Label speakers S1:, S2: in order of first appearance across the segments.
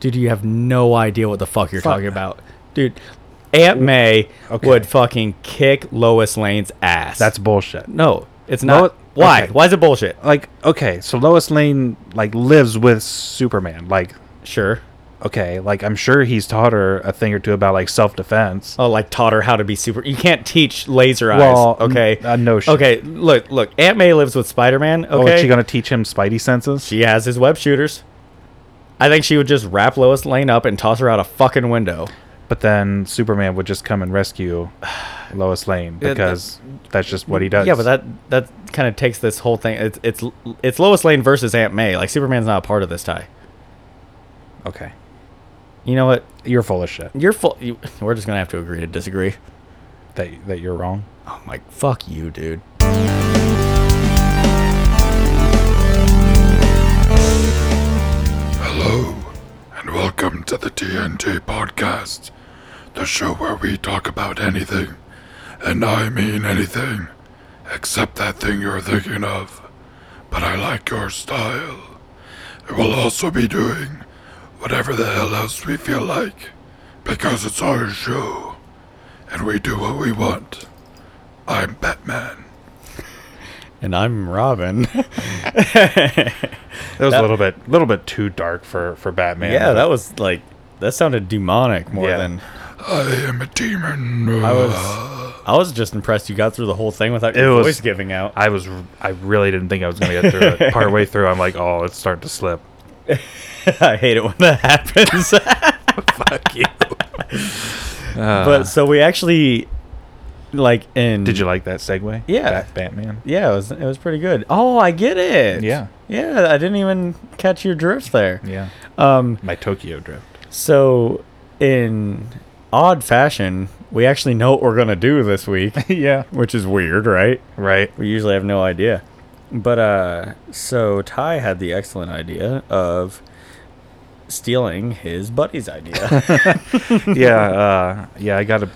S1: dude, you have no idea what the fuck you're talking about, dude. Aunt May
S2: Okay.
S1: would fucking kick Lois Lane's ass.
S2: That's bullshit.
S1: no, it's not.
S2: Lois-
S1: Why?
S2: okay.
S1: Why is it bullshit?
S2: Like, okay, so Lois Lane like lives with Superman. Like,
S1: Sure.
S2: okay, like I'm sure he's taught her a thing or two about like self defense.
S1: Oh, like taught her how to be super. You can't teach laser eyes.
S2: Well,
S1: okay.
S2: n- uh, no shit.
S1: Okay. Look, look. Aunt May lives with Spider Man.
S2: Oh,
S1: Okay.
S2: is she gonna teach him Spidey senses?
S1: she has his web shooters. I think she would just wrap Lois Lane up and toss her out a fucking window.
S2: But then Superman would just come and rescue Lois Lane
S1: Yeah,
S2: because that's just what he does.
S1: Yeah, but that that kind of takes this whole thing. It's it's it's Lois Lane versus Aunt May. Like Superman's not a part of this tie.
S2: okay,
S1: You know what?
S2: you're full of shit.
S1: You're full. You, we're just gonna have to agree to disagree.
S2: That that you're wrong.
S1: Oh my fuck you, dude.
S3: Hello, and welcome to the TNT Podcast, the show where we talk about anything, and I mean anything, except that thing you're thinking of. But I like your style. And we'll also be doing whatever the hell else we feel like, because it's our show, and we do what we want. I'm Batman.
S1: And I'm Robin.
S2: That was a little bit, little bit too dark for for Batman.
S1: yeah, that was like that sounded demonic more
S2: Yeah.
S1: than
S3: I am a demon.
S1: I was. I was just impressed you got through the whole thing without your
S2: It was-
S1: voice giving out.
S2: I was, I really didn't think I was gonna get through it. Part way through, I'm like, oh, it's starting to slip.
S1: I hate it when that happens.
S2: Fuck you.
S1: but so we actually like in
S2: Did you like that segue?
S1: Yeah.
S2: Bat- Batman.
S1: Yeah, it was it was pretty good. Oh, I get it.
S2: Yeah.
S1: Yeah, I didn't even catch your drift there.
S2: Yeah.
S1: Um
S2: My Tokyo drift.
S1: so in odd fashion, we actually know what we're going to do this week,
S2: yeah.
S1: which is weird, right?
S2: Right.
S1: We usually have no idea. But uh so Ty had the excellent idea of stealing his buddy's idea.
S2: yeah, uh, yeah. I got to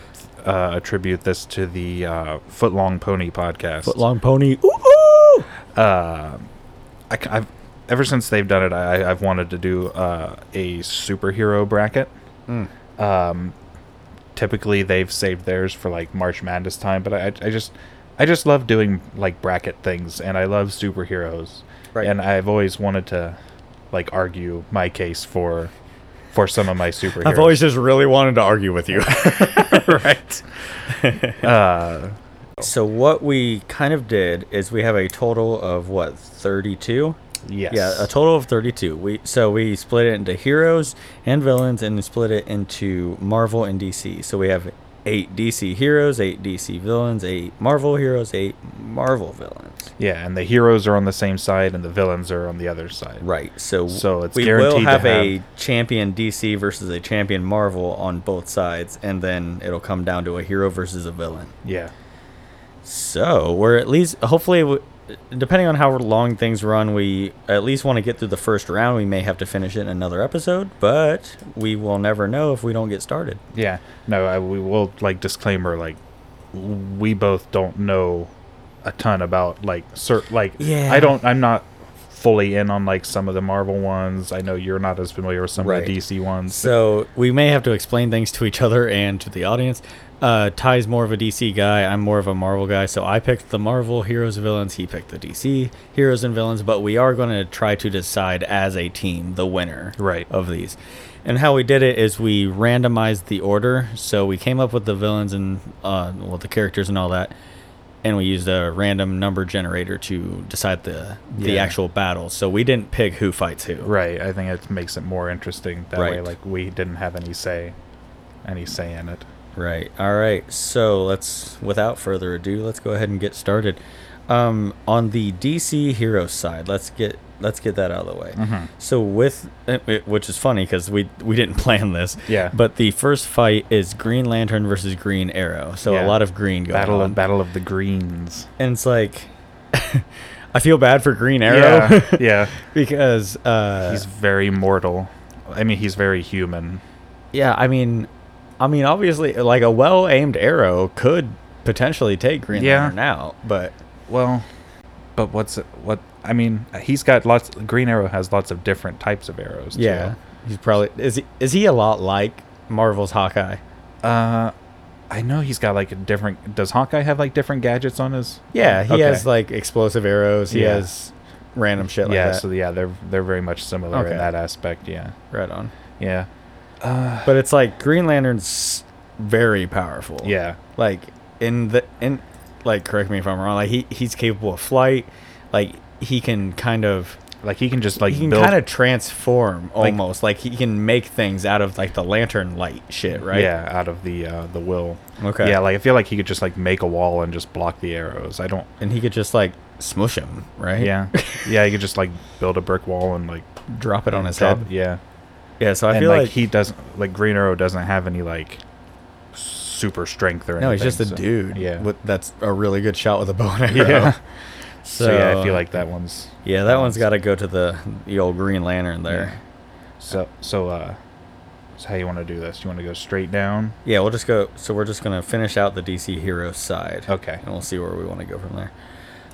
S2: uh, attribute this to the uh, Foot Long Pony podcast.
S1: Footlong pony. Ooh, ooh.
S2: Uh, I, have ever since they've done it, I, I've wanted to do uh, a superhero bracket.
S1: Hmm.
S2: Um, typically, they've saved theirs for like March Madness time, but I, I just, I just love doing like bracket things, and I love superheroes.
S1: Right.
S2: And I've always wanted to, like, argue my case for, for some of my superheroes.
S1: I've always just really wanted to argue with you.
S2: right. uh,
S1: So what we kind of did is we have a total of what 32.
S2: yes.
S1: Yeah, a total of 32. We so we split it into heroes and villains and split it into Marvel and DC. So we have 8 DC heroes, 8 DC villains, 8 Marvel heroes, 8 Marvel villains.
S2: Yeah, and the heroes are on the same side, and the villains are on the other side.
S1: Right. So
S2: So it's
S1: we will
S2: guaranteed to
S1: have, a
S2: have-
S1: champion DC versus a champion Marvel on both sides and then it'll come down to a hero versus a villain.
S2: Yeah.
S1: So we're at least hopefully, w- depending on how long things run, we at least want to get through the first round. We may have to finish it in another episode, but we will never know if we don't get started.
S2: Yeah. No, I, we will like disclaimer like we both don't know a ton about like cer like
S1: Yeah.
S2: I don't I'm not fully in on like some of the Marvel ones. I know you're not as familiar with some
S1: Right.
S2: of the DC ones.
S1: So we may have to explain things to each other and to the audience. Uh, Ty's more of a DC guy. I'm more of a Marvel guy. So I picked the Marvel heroes and villains. He picked the DC heroes and villains. But we are going to try to decide as a team the winner
S2: Right.
S1: of these. And how we did it is we randomized the order. So we came up with the villains and uh, well the characters and all that, and we used a random number generator to decide the the
S2: Yeah.
S1: actual battles. So we didn't pick who fights who.
S2: right. I think it makes it more interesting that way
S1: Right.
S2: like we didn't have any say any say in it.
S1: Right. All right. So let's, without further ado, let's go ahead and get started. Um, on the DC hero side, let's get let's get that out of the way.
S2: Mm-hmm.
S1: So with uh, it- which is funny because we we didn't plan this.
S2: Yeah.
S1: But the first fight is Green Lantern versus Green Arrow. So a
S2: Yeah.
S1: lot of green going
S2: Battle
S1: on.
S2: of Battle of the Greens.
S1: and it's like, I feel bad for Green Arrow
S2: Yeah. yeah.
S1: because uh,
S2: He's very mortal. I mean, he's very human.
S1: yeah, I mean, I mean, obviously, like a well aimed arrow could potentially take Green
S2: Yeah.
S1: Lantern out, but.
S2: Well, but what's what? I mean, he's got lots. Green Arrow has lots of different types of arrows. too.
S1: Yeah. He's probably is he is he a lot like Marvel's Hawkeye?
S2: Uh, I know he's got like a different. Does Hawkeye have like different gadgets on his?
S1: Yeah, he
S2: Okay.
S1: has like explosive arrows. He
S2: Yeah.
S1: has random shit like
S2: yeah,
S1: that.
S2: so yeah, they're they're very much similar
S1: Okay.
S2: in that aspect. Yeah,
S1: right on.
S2: yeah, uh,
S1: But it's like Green Lantern's very powerful.
S2: yeah,
S1: Like in the in like correct me if I'm wrong. Like he he's capable of flight. Like he can kind of
S2: like he can just like
S1: he can
S2: build.
S1: kind of transform almost. Like, he can make things out of like the lantern light shit, right?
S2: Yeah, out of the uh, the will.
S1: Okay.
S2: Yeah, like I feel like he could just like make a wall and just block the arrows. I don't.
S1: And he could just like smush him, right?
S2: Yeah, yeah, he could just like build a brick wall and like
S1: Drop it on his
S2: drop-
S1: head.
S2: Yeah,
S1: Yeah. So I
S2: and
S1: feel
S2: like,
S1: like,
S2: he doesn't like Green Arrow doesn't have any like super strength or anything.
S1: no, he's just a
S2: so-
S1: dude.
S2: Yeah.
S1: With, that's a really good shot with a bow and arrow.
S2: yeah.
S1: So,
S2: So, yeah, I feel like that one's
S1: yeah, that one's got to go to the the old Green Lantern there.
S2: so so uh so how you want to do this? You want to go straight down?
S1: Yeah. we'll just go. So we're just gonna finish out the DC hero side.
S2: Okay.
S1: And we'll see where we want to go from there.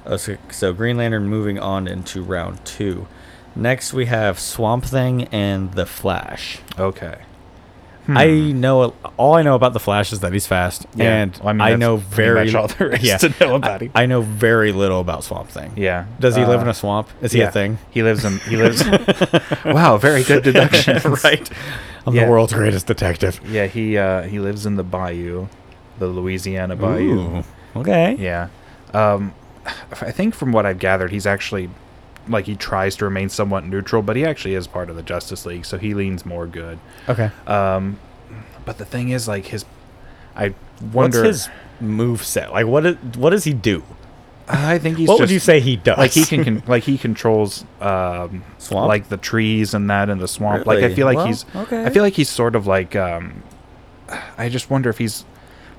S1: Uh, so, so Green Lantern moving on into round two. Next we have Swamp Thing and the Flash.
S2: Okay.
S1: I know all I know about the Flash is that he's fast,
S2: Hmm. Yeah.
S1: and
S2: Well, I
S1: I,
S2: mean, that's
S1: know
S2: pretty
S1: very
S2: much all there is
S1: yeah,
S2: to know about him.
S1: I, I know very little about Swamp Thing.
S2: Yeah.
S1: Does he live
S2: Uh,
S1: in a swamp? Is he
S2: yeah.
S1: a thing?
S2: He lives in he lives Wow, very good deduction.
S1: right. I'm
S2: Yeah.
S1: the world's greatest detective.
S2: Yeah, he uh he lives in the bayou, the Louisiana bayou.
S1: Ooh. Okay.
S2: Yeah. Um I think from what I've gathered, he's actually like he tries to remain somewhat neutral, but he actually is part of the Justice League, so he leans more good.
S1: Okay.
S2: Um, but the thing is, like his, I
S1: What's
S2: wonder.
S1: his move set? Like what? Is, what does he do?
S2: I think he's.
S1: what would
S2: just-
S1: you say he does?
S2: Like he can, con- like he controls, um,
S1: Swamp?
S2: like the trees and that in the swamp. Like I
S1: Really?
S2: feel like
S1: Well,
S2: he's.
S1: okay.
S2: I feel like he's sort of like. Um, I just wonder if he's,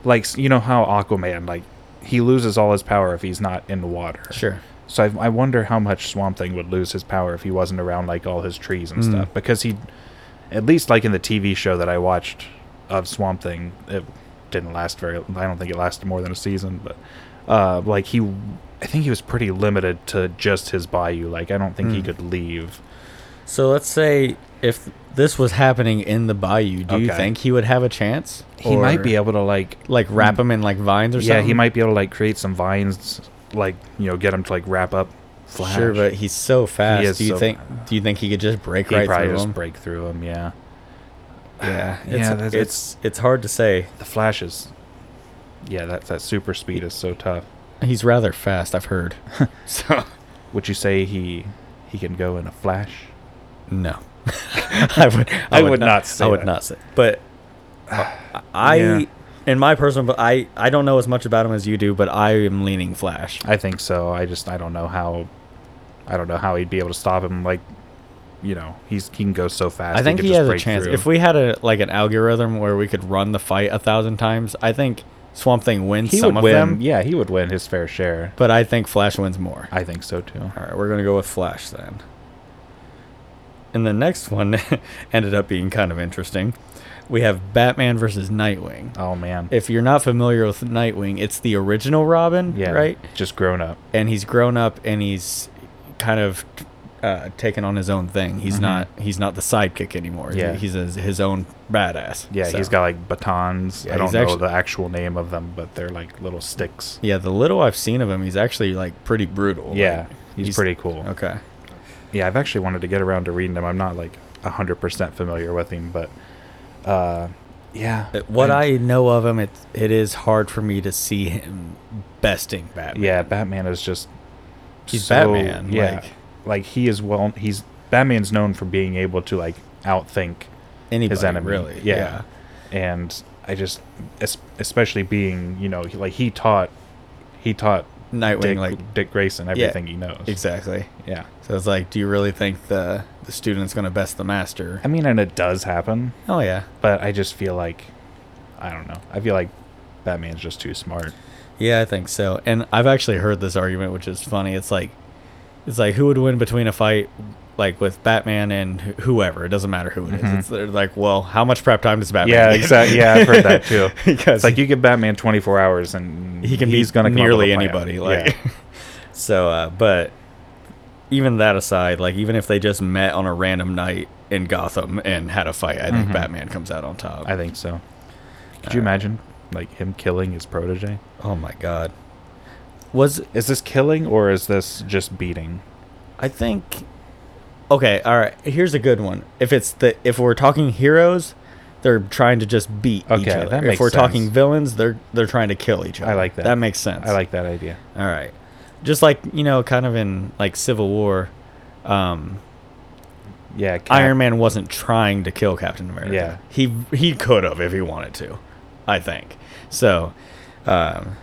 S2: like s- you know how Aquaman like, he loses all his power if he's not in the water.
S1: sure.
S2: So I, I wonder how much Swamp Thing would lose his power if he wasn't around like all his trees
S1: Hmm.
S2: and stuff. Because he, at least like in the TV show that I watched of Swamp Thing, it didn't last very. I don't think it lasted more than a season. But uh, like he, I think he was pretty limited to just his bayou. Like I don't think
S1: Hmm.
S2: he could leave.
S1: So let's say if this was happening in the bayou, do you
S2: Okay.
S1: think he would have a chance?
S2: He might
S1: Or,
S2: be able to like.
S1: like wrap him in like vines or
S2: Yeah,
S1: something.
S2: he might be able to like create some vines, like you know, get him to like wrap up. Flash.
S1: Sure, but he's so fast.
S2: is
S1: do you
S2: so
S1: think? Do you think he could just break
S2: he
S1: right
S2: probably
S1: through
S2: just
S1: him?
S2: break through him. Yeah.
S1: Yeah, it's,
S2: Yeah, that's-
S1: it's, it's hard to say.
S2: The Flash is, yeah, that that super speed is so tough.
S1: He's rather fast. I've heard. so
S2: Would you say he he can go in a flash?
S1: no, I would.
S2: I would not say
S1: I would
S2: that.
S1: not say. But uh, I,
S2: Yeah.
S1: in my personal, but I, I don't know as much about him as you do. But I am leaning Flash.
S2: I think so. I just I don't know how, I don't know how he'd be able to stop him. Like, you know, he's he can go so fast.
S1: I think
S2: could
S1: he
S2: just
S1: has a
S2: break
S1: chance.
S2: through.
S1: If we had a like an algorithm where we could run the fight a thousand times, I think Swamp Thing wins
S2: he
S1: some
S2: would
S1: of
S2: win.
S1: them.
S2: Yeah, he would win his fair share.
S1: But I think Flash wins more.
S2: I think so too.
S1: All right, we're gonna go with Flash then. And the next one ended up being kind of interesting. We have Batman versus Nightwing.
S2: Oh man.
S1: If you're not familiar with Nightwing, it's the original Robin,
S2: yeah.
S1: right?
S2: Just grown up.
S1: And he's grown up and he's kind of uh, taken on his own thing. He's not he's not the sidekick anymore.
S2: Mm-hmm. Yeah.
S1: he's a, his own badass.
S2: Yeah,
S1: So-
S2: he's got like batons.
S1: Yeah,
S2: I don't
S1: he's
S2: know
S1: actu-
S2: the actual name of them, but they're like little sticks.
S1: yeah. The little I've seen of him, he's actually like pretty brutal.
S2: Yeah,
S1: Like,
S2: he's, pretty cool.
S1: okay.
S2: yeah, I've actually wanted to get around to reading him. I'm not like hundred percent familiar with him, but uh, yeah,
S1: Uh, What
S2: And-
S1: I know of him, it it is hard for me to see him besting Batman.
S2: yeah, Batman is just
S1: He's
S2: so-
S1: Batman,
S2: Yeah,
S1: like-
S2: like, he is well. He's Batman's known for being able to like outthink
S1: anybody
S2: his enemy.
S1: really.
S2: yeah. and I just es- especially being you know he- like he taught he taught
S1: yeah. Nightwing,
S2: Dick,
S1: like
S2: Dick Grayson everything he knows.
S1: exactly.
S2: Yeah,
S1: So it's like, do you really think the the student's gonna best the master?
S2: I mean, and it does happen,
S1: Oh yeah,
S2: but I just feel like I don't know. I feel like Batman's just too smart.
S1: yeah, I think so. And I've actually heard this argument, which is funny. It's like, it's like who would win between a fight like with Batman and wh- whoever? It doesn't matter who it is. It's they're like, well, how much prep time does Batman?
S2: Mm-hmm. Yeah,
S1: get?
S2: exactly. Yeah, I've heard that too.
S1: because
S2: It's like you give Batman 24 hours and
S1: he can
S2: he's
S1: be
S2: gonna come up with
S1: nearly
S2: a plan.
S1: anybody. Like
S2: Yeah.
S1: so, uh, but even that aside, like even if they just met on a random night in Gotham and had a fight, I think Batman comes out on top.
S2: Mm-hmm. I think so. Could you imagine like him killing his protege?
S1: oh my god. Was
S2: Is this killing or is this just beating?
S1: I think Okay, all right. Here's a good one. If it's the if we're talking heroes, they're trying to just beat each
S2: Okay,
S1: other.
S2: that
S1: if
S2: makes
S1: we're talking
S2: sense.
S1: villains, they're they're trying to kill each other.
S2: like that.
S1: That makes sense.
S2: I like that idea.
S1: All right. Just like, you know, kind of in like Civil War, um,
S2: Yeah, Cap-
S1: Iron Man wasn't trying to kill Captain America.
S2: Yeah.
S1: He he could have if he wanted to, I think. So, um,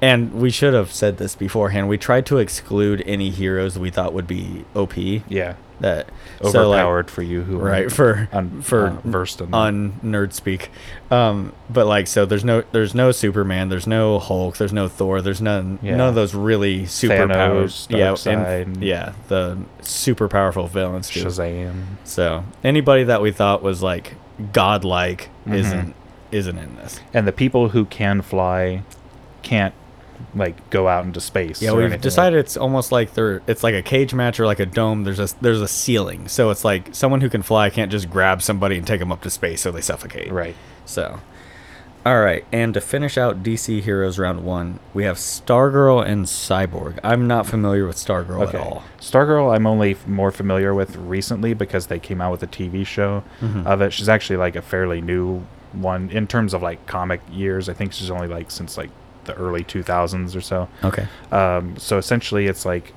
S1: and we should have said this beforehand. We tried to exclude any heroes we thought would be OP
S2: Yeah,
S1: that so, like-
S2: overpowered for you who
S1: right for
S2: un-
S1: for
S2: uh, versed in that.
S1: on nerd speak um but like so there's no there's no superman there's no hulk there's no thor there's none
S2: Yeah.
S1: none of those really super powers
S2: Thanos,
S1: yeah
S2: Darkseid.
S1: and, yeah the super powerful villains too.
S2: Shazam.
S1: so anybody that we thought was like godlike
S2: Mm-hmm.
S1: isn't isn't in this
S2: And the people who can fly can't like go out into space.
S1: yeah
S2: or
S1: we've
S2: anything like-
S1: decided it's almost like they're it's like a cage match or like a dome there's a there's a ceiling so it's like someone who can fly can't just grab somebody and take them up to space so they suffocate
S2: right.
S1: So, all right. And to finish out DC Heroes Round 1, we have Stargirl and Cyborg. I'm not familiar with Stargirl
S2: Okay.
S1: at all.
S2: Stargirl, I'm only f- more familiar with recently because they came out with a TV show of it. She's actually like a fairly new one in terms of like comic years. I think she's only like since like the early 2000s or so.
S1: Okay.
S2: Um, so essentially, it's like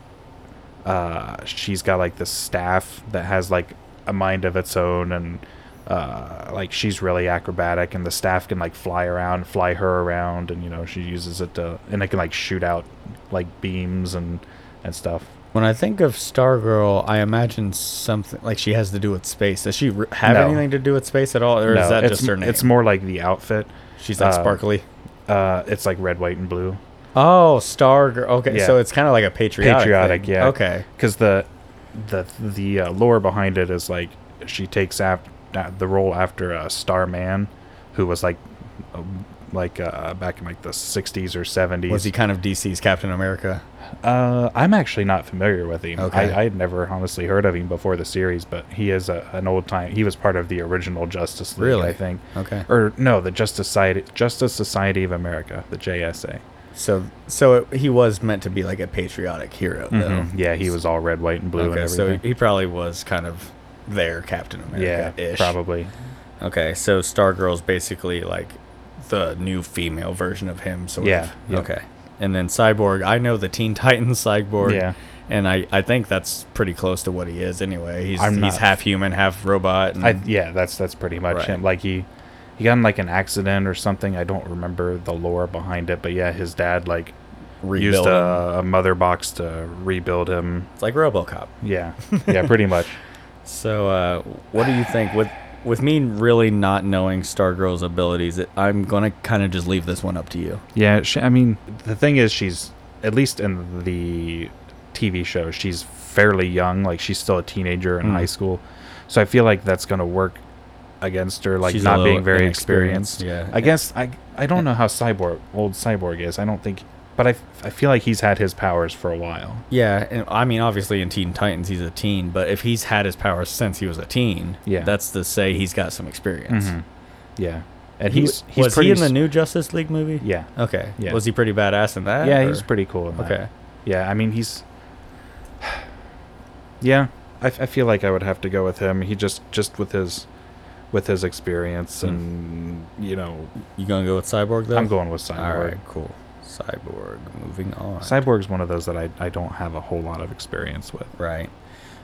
S2: uh, she's got like this staff that has like a mind of its own, and uh, like she's really acrobatic, and the staff can like fly around, fly her around, and you know she uses it to, and it can like shoot out like beams and and stuff.
S1: When I think of Stargirl, I imagine something like she has to do with space. Does she r have
S2: No.
S1: anything to do with space at all, or
S2: No,
S1: is that
S2: it's,
S1: just her name?
S2: It's more like the outfit.
S1: She's like
S2: uh,
S1: sparkly.
S2: Uh, it's like red, white, and blue.
S1: Oh, Stargirl. Okay,
S2: yeah.
S1: so it's kind of like a patriotic.
S2: patriotic,
S1: thing.
S2: yeah.
S1: Okay.
S2: because the the the uh, lore behind it is like she takes af- uh, the role after uh, Starman, who was like uh, like uh, back in like the '60s or '70s.
S1: Was he kind of DC's Captain America?
S2: Uh, I'm actually not familiar with him.
S1: Okay.
S2: I, I had never honestly heard of him before the series, but he is a, an old time. He was part of the original Justice League,
S1: Really?
S2: I think.
S1: Okay.
S2: Or no, the Justice Society, Justice Society of America, the JSA.
S1: So, so it, he was meant to be like a patriotic hero, though.
S2: Mhm. Yeah, he was all red, white, and blue, and
S1: Okay, so
S2: everything.
S1: he probably was kind of their Captain
S2: yeah,
S1: America. ish.
S2: probably.
S1: Okay, so Stargirl's basically like the new female version of him. Sort
S2: Yeah,
S1: Of.
S2: yeah.
S1: Okay. And then Cyborg, I know the Teen Titans Cyborg.
S2: Yeah.
S1: And I, I think that's pretty close to what he is anyway. He's
S2: I'm
S1: he's
S2: not-
S1: half human, half robot. And,
S2: I, yeah, that's that's pretty much
S1: Hmm. Right.
S2: him. Like he he got in like an accident or something. I don't remember the lore behind it, but yeah, his dad like
S1: rebuild
S2: used
S1: him.
S2: a, a mother box to rebuild him.
S1: It's like RoboCop.
S2: Yeah, yeah, pretty much.
S1: So, uh, what do you think with with me really not knowing Stargirl's abilities? It, I'm gonna kind of just leave this one up to you.
S2: Yeah, she, I mean the thing is, she's at least in the TV show, she's fairly young. Like she's still a teenager in
S1: Mm.
S2: high school, so I feel like that's gonna work against her like
S1: She's a
S2: not
S1: little
S2: being very
S1: inexperienced,
S2: experienced
S1: yeah.
S2: i guess i i don't know how cyborg old cyborg is i don't think but i i feel like he's had his powers for a while
S1: Yeah, and I mean, obviously in Teen Titans he's a teen, but if he's had his powers since he was a teen,
S2: Yeah.
S1: that's to say he's got some experience.
S2: Yeah,
S1: Mm-hmm.
S2: and
S1: He-
S2: he's he's
S1: was
S2: pretty
S1: he in the
S2: s-
S1: new Justice League movie?
S2: Yeah,
S1: Okay.
S2: Yeah.
S1: Was he pretty badass in that?
S2: yeah,
S1: or-
S2: he's pretty cool. In that.
S1: Okay.
S2: Yeah, I mean he's. Yeah, I, f- I feel like I would have to go with him. He just just with his, with his experience
S1: Hmm.
S2: and you know
S1: You gonna go with Cyborg though?
S2: I'm going with
S1: All
S2: Cyborg.
S1: right, cool. Cyborg. Moving on.
S2: Cyborg's one of those that I I don't have a whole lot of experience with.
S1: Right.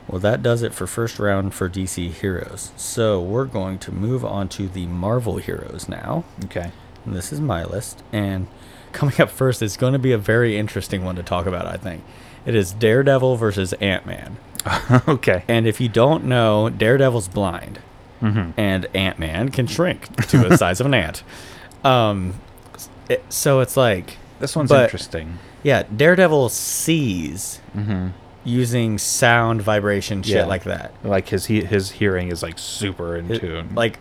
S1: Well, that does it for first round for DC heroes. So we're going to move on to the Marvel heroes now.
S2: Okay.
S1: And This is my list, and coming up first is going to be a very interesting one to talk about. I think it is Daredevil versus Ant Man.
S2: okay.
S1: And if you don't know, Daredevil's blind,
S2: Mm-hmm.
S1: and Ant Man can shrink to the size of an ant. Um, it- so it's like
S2: This one's
S1: but-
S2: interesting.
S1: yeah, Daredevil sees using sound, vibration, shit
S2: Yeah.
S1: like that.
S2: Like his he, his hearing is like super in
S1: It-
S2: tune.
S1: Like,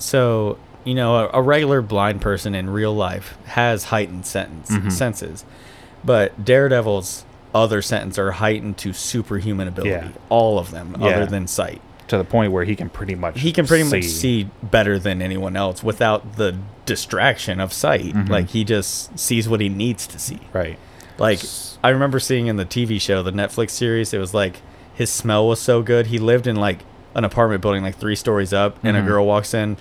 S1: so you know, a, a regular blind
S2: Mm-hmm.
S1: person in real life has heightened sentence, senses, but Daredevil's other sentence are heightened to superhuman ability.
S2: Yeah.
S1: All of them,
S2: Yeah.
S1: other than sight.
S2: to the point where he can pretty much
S1: He can pretty much see better than anyone else without the distraction of sight.
S2: Mm-hmm.
S1: Like he just sees what he needs to see.
S2: right
S1: Like I remember seeing in the TV show, the Netflix series, it was like his smell was so good. He lived in like an apartment building, like three stories up, and
S2: Mm-hmm.
S1: a girl walks in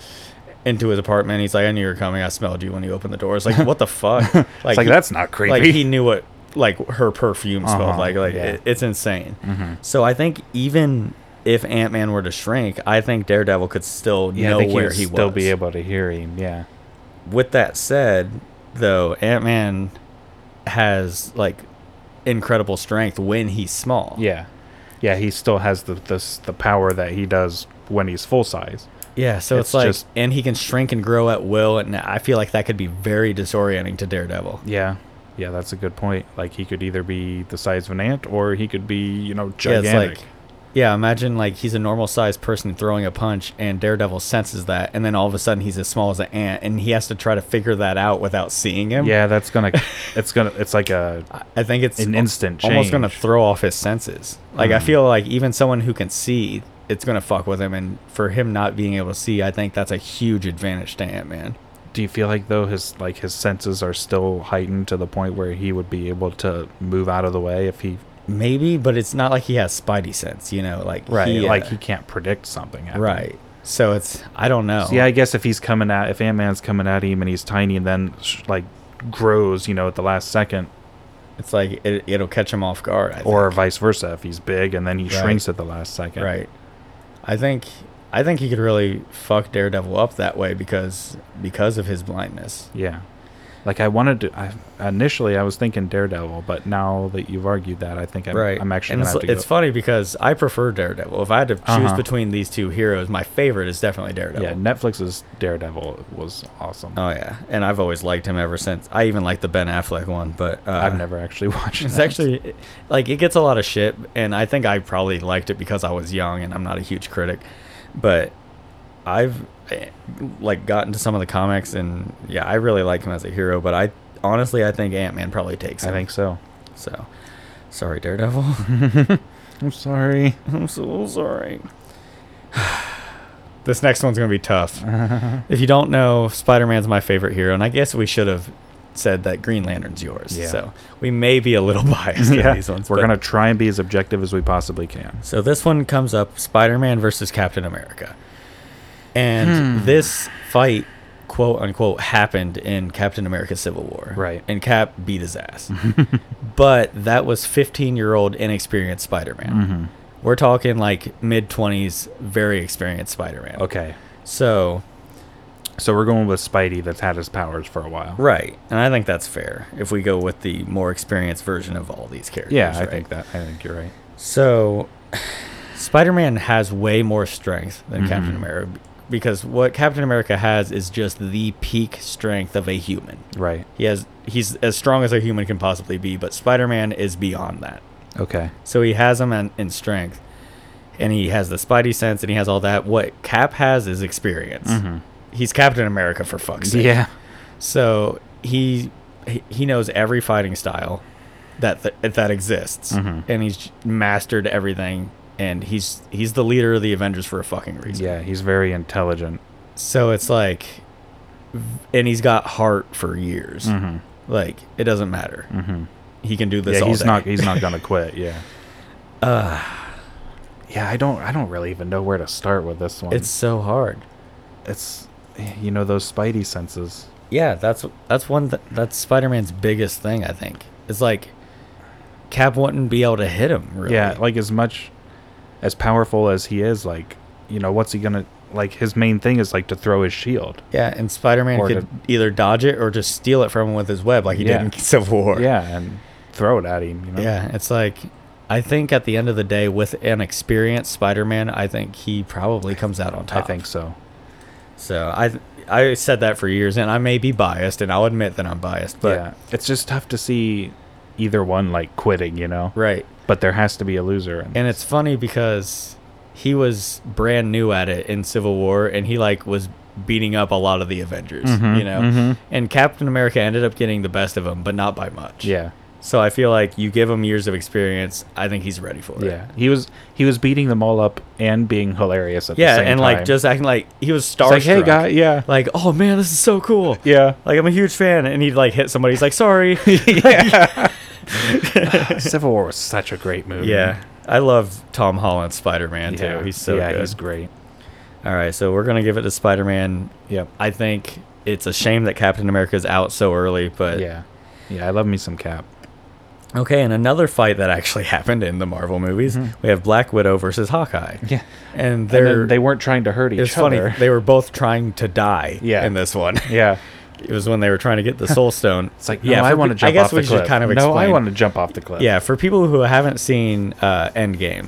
S1: into his apartment. He's like, "I knew you were coming. I smelled you when you opened the door." It's like, what the fuck? Like,
S2: it's like
S1: he-
S2: that's not creepy
S1: like he knew what like her perfume smelled
S2: Uh-huh,
S1: like. Like
S2: yeah. Mm-hmm.
S1: it, it's insane. So I think even if Ant Man were to shrink, I think Daredevil could still
S2: yeah,
S1: know
S2: I think
S1: where
S2: would
S1: he
S2: still
S1: was.
S2: be able to hear him yeah
S1: With that said, though, Ant Man has like incredible strength when he's small.
S2: yeah yeah he still has the this the power that he does when he's full size
S1: Yeah, so it's,
S2: It's
S1: like,
S2: just-
S1: and he can shrink and grow at will, and I feel like that could be very disorienting to Daredevil.
S2: yeah yeah that's a good point like he could either be the size of an ant or he could be you know gigantic
S1: Yeah, it's like, yeah, imagine like he's a normal sized person throwing a punch, and Daredevil senses that, and then all of a sudden he's as small as an ant, and he has to try to figure that out without seeing him.
S2: yeah that's gonna it's gonna it's like a
S1: I think it's
S2: An
S1: al-
S2: instant
S1: almost going to
S2: change. Hmm.
S1: throw off his senses. Like I feel like even someone who can see, it's going to fuck with him, and for him not being able to see, I think that's a huge advantage to Ant Man.
S2: do you feel like though his like his senses are still heightened to the point where he would be able to move out of the way if he
S1: Maybe, but it's not like he has Spidey sense, you know, like he, uh,
S2: like he can't predict something happening.
S1: right. So it's I don't know.
S2: So, yeah i guess if he's coming at if ant-man's coming at him and he's tiny and then sh- like grows you know at the last second
S1: it's like it, it'll catch him off guard. I
S2: or vice versa if he's big and then he
S1: Right.
S2: shrinks at the last second
S1: Right. I think I think he could really fuck Daredevil up that way because because of his blindness.
S2: yeah like i wanted to i initially i was thinking daredevil but now that you've argued that i think i'm, I'm actually
S1: and
S2: gonna
S1: it's,
S2: have to
S1: it's
S2: go
S1: funny because I prefer Daredevil. If I had to choose
S2: Uh-huh.
S1: between these two heroes, my favorite is definitely Daredevil.
S2: yeah netflix's daredevil was awesome
S1: Oh yeah, and I've always liked him ever since. I even liked the Ben Affleck one, but uh,
S2: i've never actually watched
S1: It's
S2: that.
S1: actually like it gets a lot of shit, and I think I probably liked it because I was young and I'm not a huge critic, but I've eh, like gotten to some of the comics and yeah, I really like him as a hero. But I honestly, I think Ant Man probably takes
S2: i
S1: him.
S2: think so
S1: so. Sorry, Daredevil.
S2: i'm sorry
S1: I'm so sorry. this next one's gonna be tough. if you don't know, Spider Man's my favorite hero, and I guess we should have said that Green Lantern's yours.
S2: Yeah.
S1: So we may be a little biased
S2: yeah
S1: in these ones.
S2: we're
S1: but-
S2: gonna try and be as objective as we possibly can
S1: So this one comes up Spider Man versus Captain America. And
S2: Hmm.
S1: this fight, quote unquote, happened in Captain America Civil War.
S2: Right.
S1: And Cap beat his ass. but that was 15 year old inexperienced Spider Man.
S2: Mm-hmm.
S1: We're talking like mid 20s, very experienced Spider Man.
S2: okay
S1: So,
S2: So we're going with Spidey that's had his powers for a while.
S1: right. And I think that's fair if we go with the more experienced version of all these characters.
S2: Yeah, I
S1: right?
S2: think that. I think you're right.
S1: So, Spider Man has way more strength than
S2: Mm-hmm.
S1: Captain America because what Captain America has is just the peak strength of a human.
S2: Right.
S1: He has he's as strong as a human can possibly be, but Spider Man is beyond that.
S2: Okay.
S1: So he has him in, in strength, and he has the Spidey sense, and he has all that. What Cap has is experience.
S2: Mm-hmm.
S1: He's Captain America for fuck's sake.
S2: Yeah.
S1: So he he- he knows every fighting style that that, that exists,
S2: Mm-hmm.
S1: and he's mastered everything. And he's he's the leader of the Avengers for a fucking reason.
S2: Yeah, he's very intelligent.
S1: So it's like, and he's got heart for years.
S2: Mm.
S1: Like it doesn't matter. He can do this.
S2: Mm-hmm. yeah,
S1: all
S2: he's
S1: day.
S2: not. He's not gonna quit. Yeah. Uh. Yeah, I don't. I don't really even know where to start with this one.
S1: It's so hard.
S2: It's. You know those Spidey senses.
S1: Yeah, that's that's one th- that's Spider-Man's biggest thing. I think it's like, Cap wouldn't be able to hit him. Really.
S2: Yeah, like as much, as powerful as he is, like you know, what's he gonna like? His main thing is like to throw his shield.
S1: Yeah, and Spider Man
S2: Or
S1: could
S2: to-
S1: either dodge it or just steal it from him with his web, like he
S2: Yeah.
S1: did in Civil War.
S2: Yeah, and throw it at him. You know.
S1: Yeah, it's like, I think at the end of the day, with an experienced Spider Man, I think he probably comes out on
S2: I
S1: top.
S2: think so.
S1: so. I I said that for years, and I may be biased, and I'll admit that I'm biased, but
S2: yeah, it's just tough to see either one like quitting, you know.
S1: right.
S2: But there has to be a loser, and,
S1: And it's funny because he was brand new at it in Civil War, and he like was beating up a lot
S2: Mm-hmm.
S1: of the Avengers, you know. And Captain America ended up getting the best of him, but not by much.
S2: yeah,
S1: So I feel like you give him years of experience. I think he's ready for it.
S2: Yeah, he was he was beating them all up and being hilarious at
S1: Yeah,
S2: the same
S1: and
S2: time.
S1: like just acting like he was starstruck.
S2: It's like, hey guy, yeah,
S1: Like, oh man, this is so cool.
S2: yeah,
S1: Like I'm a huge fan, and he'd like hit somebody. He's like, sorry.
S2: yeah. Civil War was such a great movie.
S1: yeah, I love Tom Holland's Spider Man
S2: yeah,
S1: too. He's so
S2: yeah,
S1: good.
S2: he's great.
S1: All right, so we're gonna give it to Spider Man.
S2: Yep.
S1: I think it's a shame that Captain America's out so early, but
S2: Yeah, yeah, I love me some Cap.
S1: okay. And another fight that actually happened in the Marvel movies, we have Black Widow versus Hawkeye.
S2: Mm-hmm. Yeah,
S1: and
S2: and
S1: they're
S2: then they weren't trying to hurt each
S1: it's funny
S2: other.
S1: they were both trying to die.
S2: Yeah.
S1: in this one,
S2: Yeah,
S1: it was when they were trying to get the Soul Stone.
S2: it's like
S1: yeah,
S2: yeah, I
S1: for
S2: want to
S1: pe-
S2: jump.
S1: I guess
S2: off
S1: we
S2: the
S1: should
S2: cliff.
S1: kind of
S2: no, I
S1: explain-
S2: want to jump off the cliff.
S1: Yeah, for people who haven't seen uh, Endgame,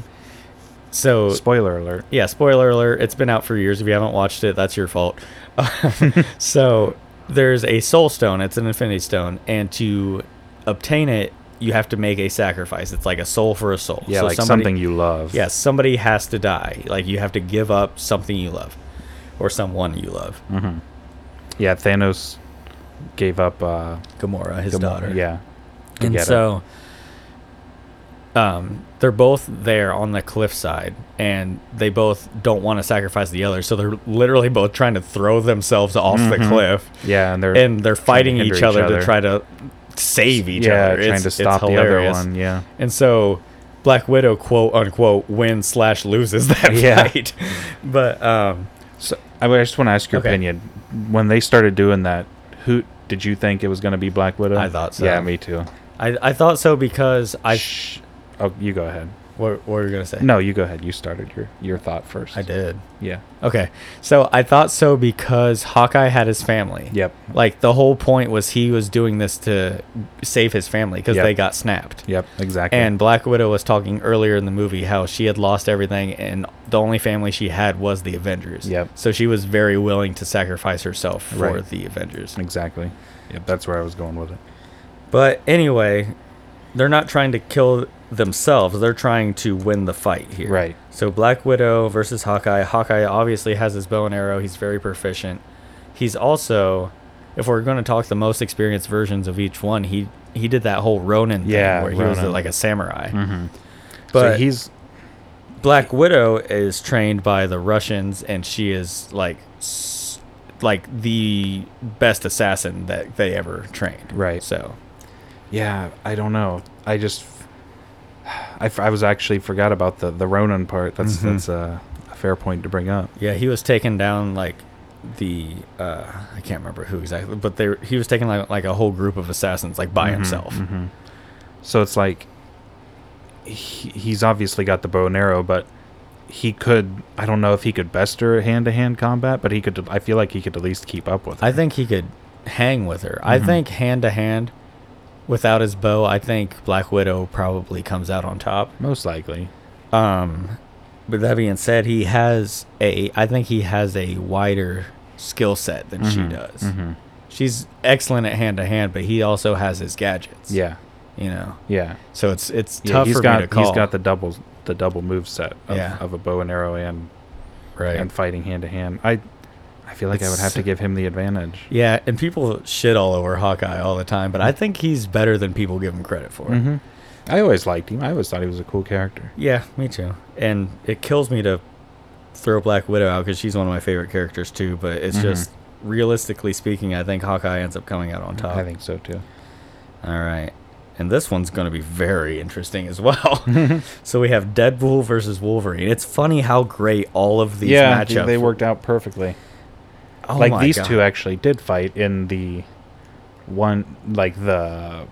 S1: so
S2: spoiler alert.
S1: yeah, spoiler alert, it's been out for years. If you haven't watched it, that's your fault. so there's a soul stone, it's an infinity stone, and to obtain it, you have to make a sacrifice. It's like a soul for a soul.
S2: Yeah,
S1: So
S2: like
S1: somebody-
S2: something you love.
S1: Yeah, somebody has to die. Like you have to give up something you love or someone you love.
S2: Hmm. yeah. Thanos gave up uh,
S1: Gamora, his
S2: Gamora-
S1: daughter.
S2: Yeah, to
S1: and
S2: get it.
S1: so um, they're both there on the cliffside and they both don't want to sacrifice the other so they're literally both trying to throw themselves off the cliff
S2: yeah, and they're
S1: and they're fighting
S2: Mm-hmm. hinder
S1: each other,
S2: each
S1: to
S2: other.
S1: try to save each
S2: yeah
S1: other
S2: trying
S1: It's-
S2: to
S1: it's
S2: stop the other
S1: hilarious.
S2: one. Yeah,
S1: and so black widow quote unquote wins slash loses that
S2: Yeah.
S1: fight but um
S2: So I would- I just want to ask your
S1: Okay.
S2: opinion. When they started doing that, who did you think it was going to be Black Widow?
S1: I thought so.
S2: Yeah, me too.
S1: I, I thought so because i
S2: Shh. Oh, you go ahead.
S1: what, what were you gonna say
S2: No, you go ahead. You started your your thought first.
S1: i did
S2: Yeah.
S1: Okay. So I thought so because Hawkeye had his family.
S2: Yep.
S1: Like the whole point was he was doing this to save his family because
S2: Yep.
S1: they got snapped.
S2: Yep. Exactly.
S1: And Black Widow was talking earlier in the movie how she had lost everything and the only family she had was the Avengers.
S2: Yep.
S1: So she was very willing to sacrifice herself for
S2: Right.
S1: the Avengers.
S2: exactly. Yep. That's where I was going with it.
S1: But anyway, they're not trying to kill themselves. They're trying to win the fight here.
S2: Right.
S1: So Black Widow versus Hawkeye. Hawkeye obviously has his bow and arrow. He's very proficient. He's also, if we're going to talk the most experienced versions of each one, he he did that whole Ronin thing
S2: Yeah,
S1: where he was
S2: Ronin.
S1: like a samurai.
S2: But
S1: But he's
S2: he's
S1: Black Widow is trained by the Russians, and she is like s- like the best assassin that they ever trained.
S2: Right.
S1: So
S2: yeah. I don't know. I just I, f- I was actually forgot about the the Ronin part. That's
S1: Mhm.
S2: that's uh, a fair point to bring up.
S1: Yeah, he was taken down like the uh I can't remember who exactly, but they were- he was taking like like a whole group of assassins like by
S2: Mhm,
S1: himself.
S2: mhm. So it's like he, he's obviously got the bow and arrow, but he could. I don't know if he could best her hand to hand combat, but he could. I feel like he could at least keep up with. Her.
S1: I think he could hang with her. I
S2: Mhm.
S1: think hand to hand without his bow, I think Black Widow probably comes out on top.
S2: Most likely,
S1: Um but that being said, he has a I think he has a wider skill set than she
S2: Mhm,
S1: does.
S2: mhm.
S1: She's excellent at hand to hand, but he also has his gadgets.
S2: Yeah,
S1: You know.
S2: yeah.
S1: So it's it's
S2: yeah
S1: tough
S2: he's
S1: for
S2: got
S1: me to call.
S2: he's got the doubles the double move set of,
S1: Yeah.
S2: of a bow and arrow and
S1: right.
S2: and fighting hand to hand. I I feel like I would
S1: It's-
S2: have to give him the advantage.
S1: Yeah, and people shit all over Hawkeye all the time, but I think he's better than people give him credit for.
S2: hmm I always liked him. I always thought he was a cool character.
S1: Yeah, me too. And it kills me to throw Black Widow out because she's one of my favorite characters too, but it's
S2: Mhm.
S1: just realistically speaking, I think Hawkeye ends up coming out on top.
S2: I think so too.
S1: All right. And this one's going to be very interesting as well. so we have Deadpool versus Wolverine. It's funny how great all of these
S2: yeah,
S1: matchups
S2: they worked out perfectly.
S1: Oh
S2: like
S1: my
S2: these
S1: God.
S2: two actually did fight in the one like the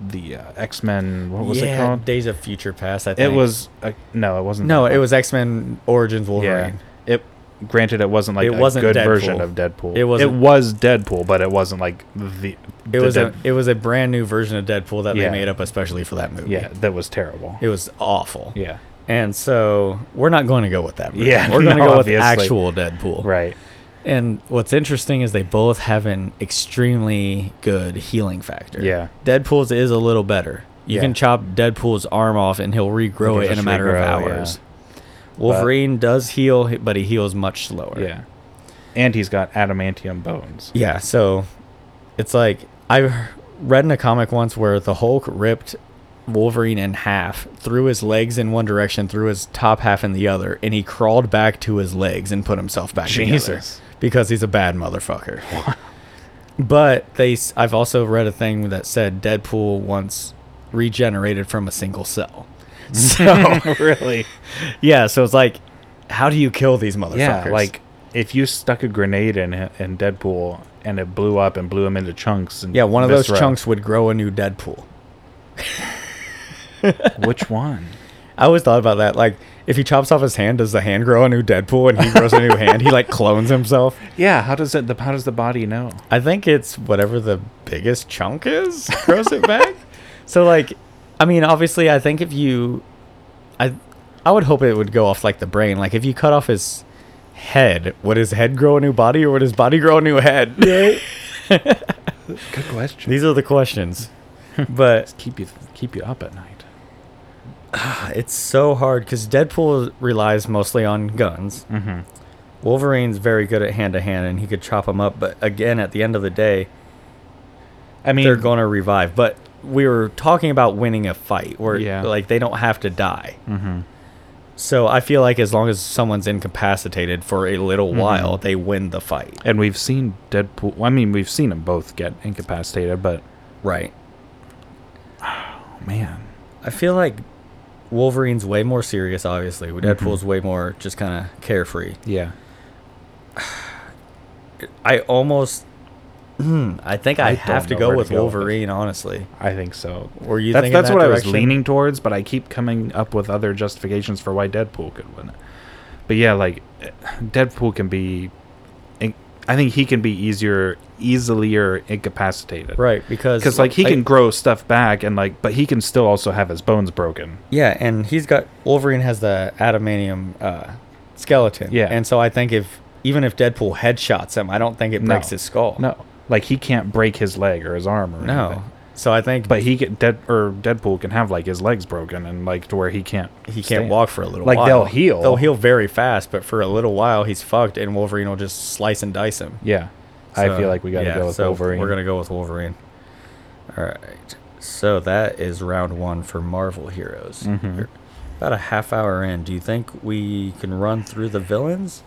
S2: the uh, x-men what was
S1: yeah,
S2: it called
S1: Days of Future Past, I
S2: it
S1: think.
S2: was uh, no it wasn't
S1: No,
S2: that
S1: it
S2: one.
S1: was X-Men Origins Wolverine.
S2: yeah it granted it wasn't like
S1: It
S2: a
S1: wasn't
S2: good
S1: Deadpool.
S2: version of deadpool
S1: It
S2: it was it
S1: wasn't-
S2: was deadpool but it wasn't like the
S1: It
S2: the
S1: was
S2: Dead-
S1: a it was a brand new version of Deadpool that they
S2: Yeah.
S1: made up especially for that movie.
S2: yeah that was terrible
S1: It was awful.
S2: yeah
S1: And so we're not going to go with that. version.
S2: Yeah,
S1: We're going to
S2: no,
S1: go
S2: obviously.
S1: with actual Deadpool.
S2: right
S1: And what's interesting is they both have an extremely good healing factor.
S2: Yeah.
S1: Deadpool's is a little better. You
S2: Yeah.
S1: can chop Deadpool's arm off and he'll regrow
S2: can
S1: it in a
S2: just
S1: matter of
S2: regrow, yeah.
S1: hours. Wolverine does heal, but he heals much slower.
S2: yeah and he's got adamantium bones
S1: Yeah, so it's like I read in a comic once where the Hulk ripped Wolverine in half, threw his legs in one direction, threw his top half in the other, and he crawled back to his legs and put himself back together
S2: Jesus.
S1: because he's a bad motherfucker. but they, s- I've also read a thing that said Deadpool once regenerated from a single cell. So
S2: really?
S1: yeah, so it's like, how do you kill these motherfuckers?
S2: Yeah, like if you stuck a grenade in in Deadpool and it blew up and blew him into chunks. And
S1: yeah, one of those
S2: viscera,
S1: chunks would grow a new Deadpool.
S2: Which one?
S1: I always thought about that. Like, if he chops off his hand, does the hand grow a new Deadpool and he grows a new hand? He like clones himself.
S2: Yeah, how does it? The, how does the body know?
S1: I think it's whatever the biggest chunk is grows it back. So like, I mean, obviously, I think if you, I, I would hope it would go off like the brain. Like if you cut off his head, would his head grow a new body or would his body grow a new head?
S2: Good question.
S1: These are the questions. But
S2: keep you keep you up at night.
S1: it's so hard because Deadpool relies mostly on guns.
S2: Mm-hmm.
S1: Wolverine's very good at hand to hand, and he could chop them up. But again, at the end of the day,
S2: I mean,
S1: they're going to revive. But we were talking about winning a fight where,
S2: Yeah.
S1: like, they don't have to die.
S2: Mhm.
S1: So I feel like as long as someone's incapacitated for a little
S2: Mm-hmm.
S1: while, they win the fight.
S2: and we've seen Deadpool. I mean, we've seen them both get incapacitated, but
S1: Right.
S2: oh man,
S1: I feel like Wolverine's way more serious, obviously.
S2: Mm-hmm.
S1: Deadpool's way more just kind of carefree.
S2: yeah.
S1: I almost. Hmm, I think I,
S2: I
S1: have
S2: don't
S1: to
S2: know
S1: go
S2: where to
S1: with
S2: go with this.
S1: Wolverine, honestly.
S2: I think so.
S1: Were you
S2: that's
S1: thinking
S2: that's
S1: that
S2: what I was
S1: direction?
S2: leaning towards, but I keep coming up with other justifications for why Deadpool could win it. But yeah, like eh, Deadpool can be, in- I think he can be easier, easilier incapacitated,
S1: Right, because
S2: Because like he can grow stuff back, and like, but he can still also have his bones broken.
S1: Yeah, and he's got Wolverine has the adamantium uh, skeleton.
S2: Yeah.
S1: and so I think if even if Deadpool headshots him, I don't think it
S2: No.
S1: breaks his skull.
S2: No, like he can't break his leg or his arm or
S1: no.
S2: anything.
S1: So I think,
S2: But he get dead or Deadpool can have like his legs broken and like to where he can't
S1: he can't
S2: stand.
S1: walk for a little.
S2: Like,
S1: while.
S2: they'll heal.
S1: They'll heal very fast, but for a little while he's fucked, and Wolverine will just slice and dice him.
S2: Yeah,
S1: So,
S2: I feel like we got to
S1: yeah,
S2: go with
S1: so
S2: Wolverine.
S1: We're gonna go with Wolverine. All right. So that is round one for Marvel heroes.
S2: Mm-hmm.
S1: We're About a half hour in. Do you think we can run through the villains?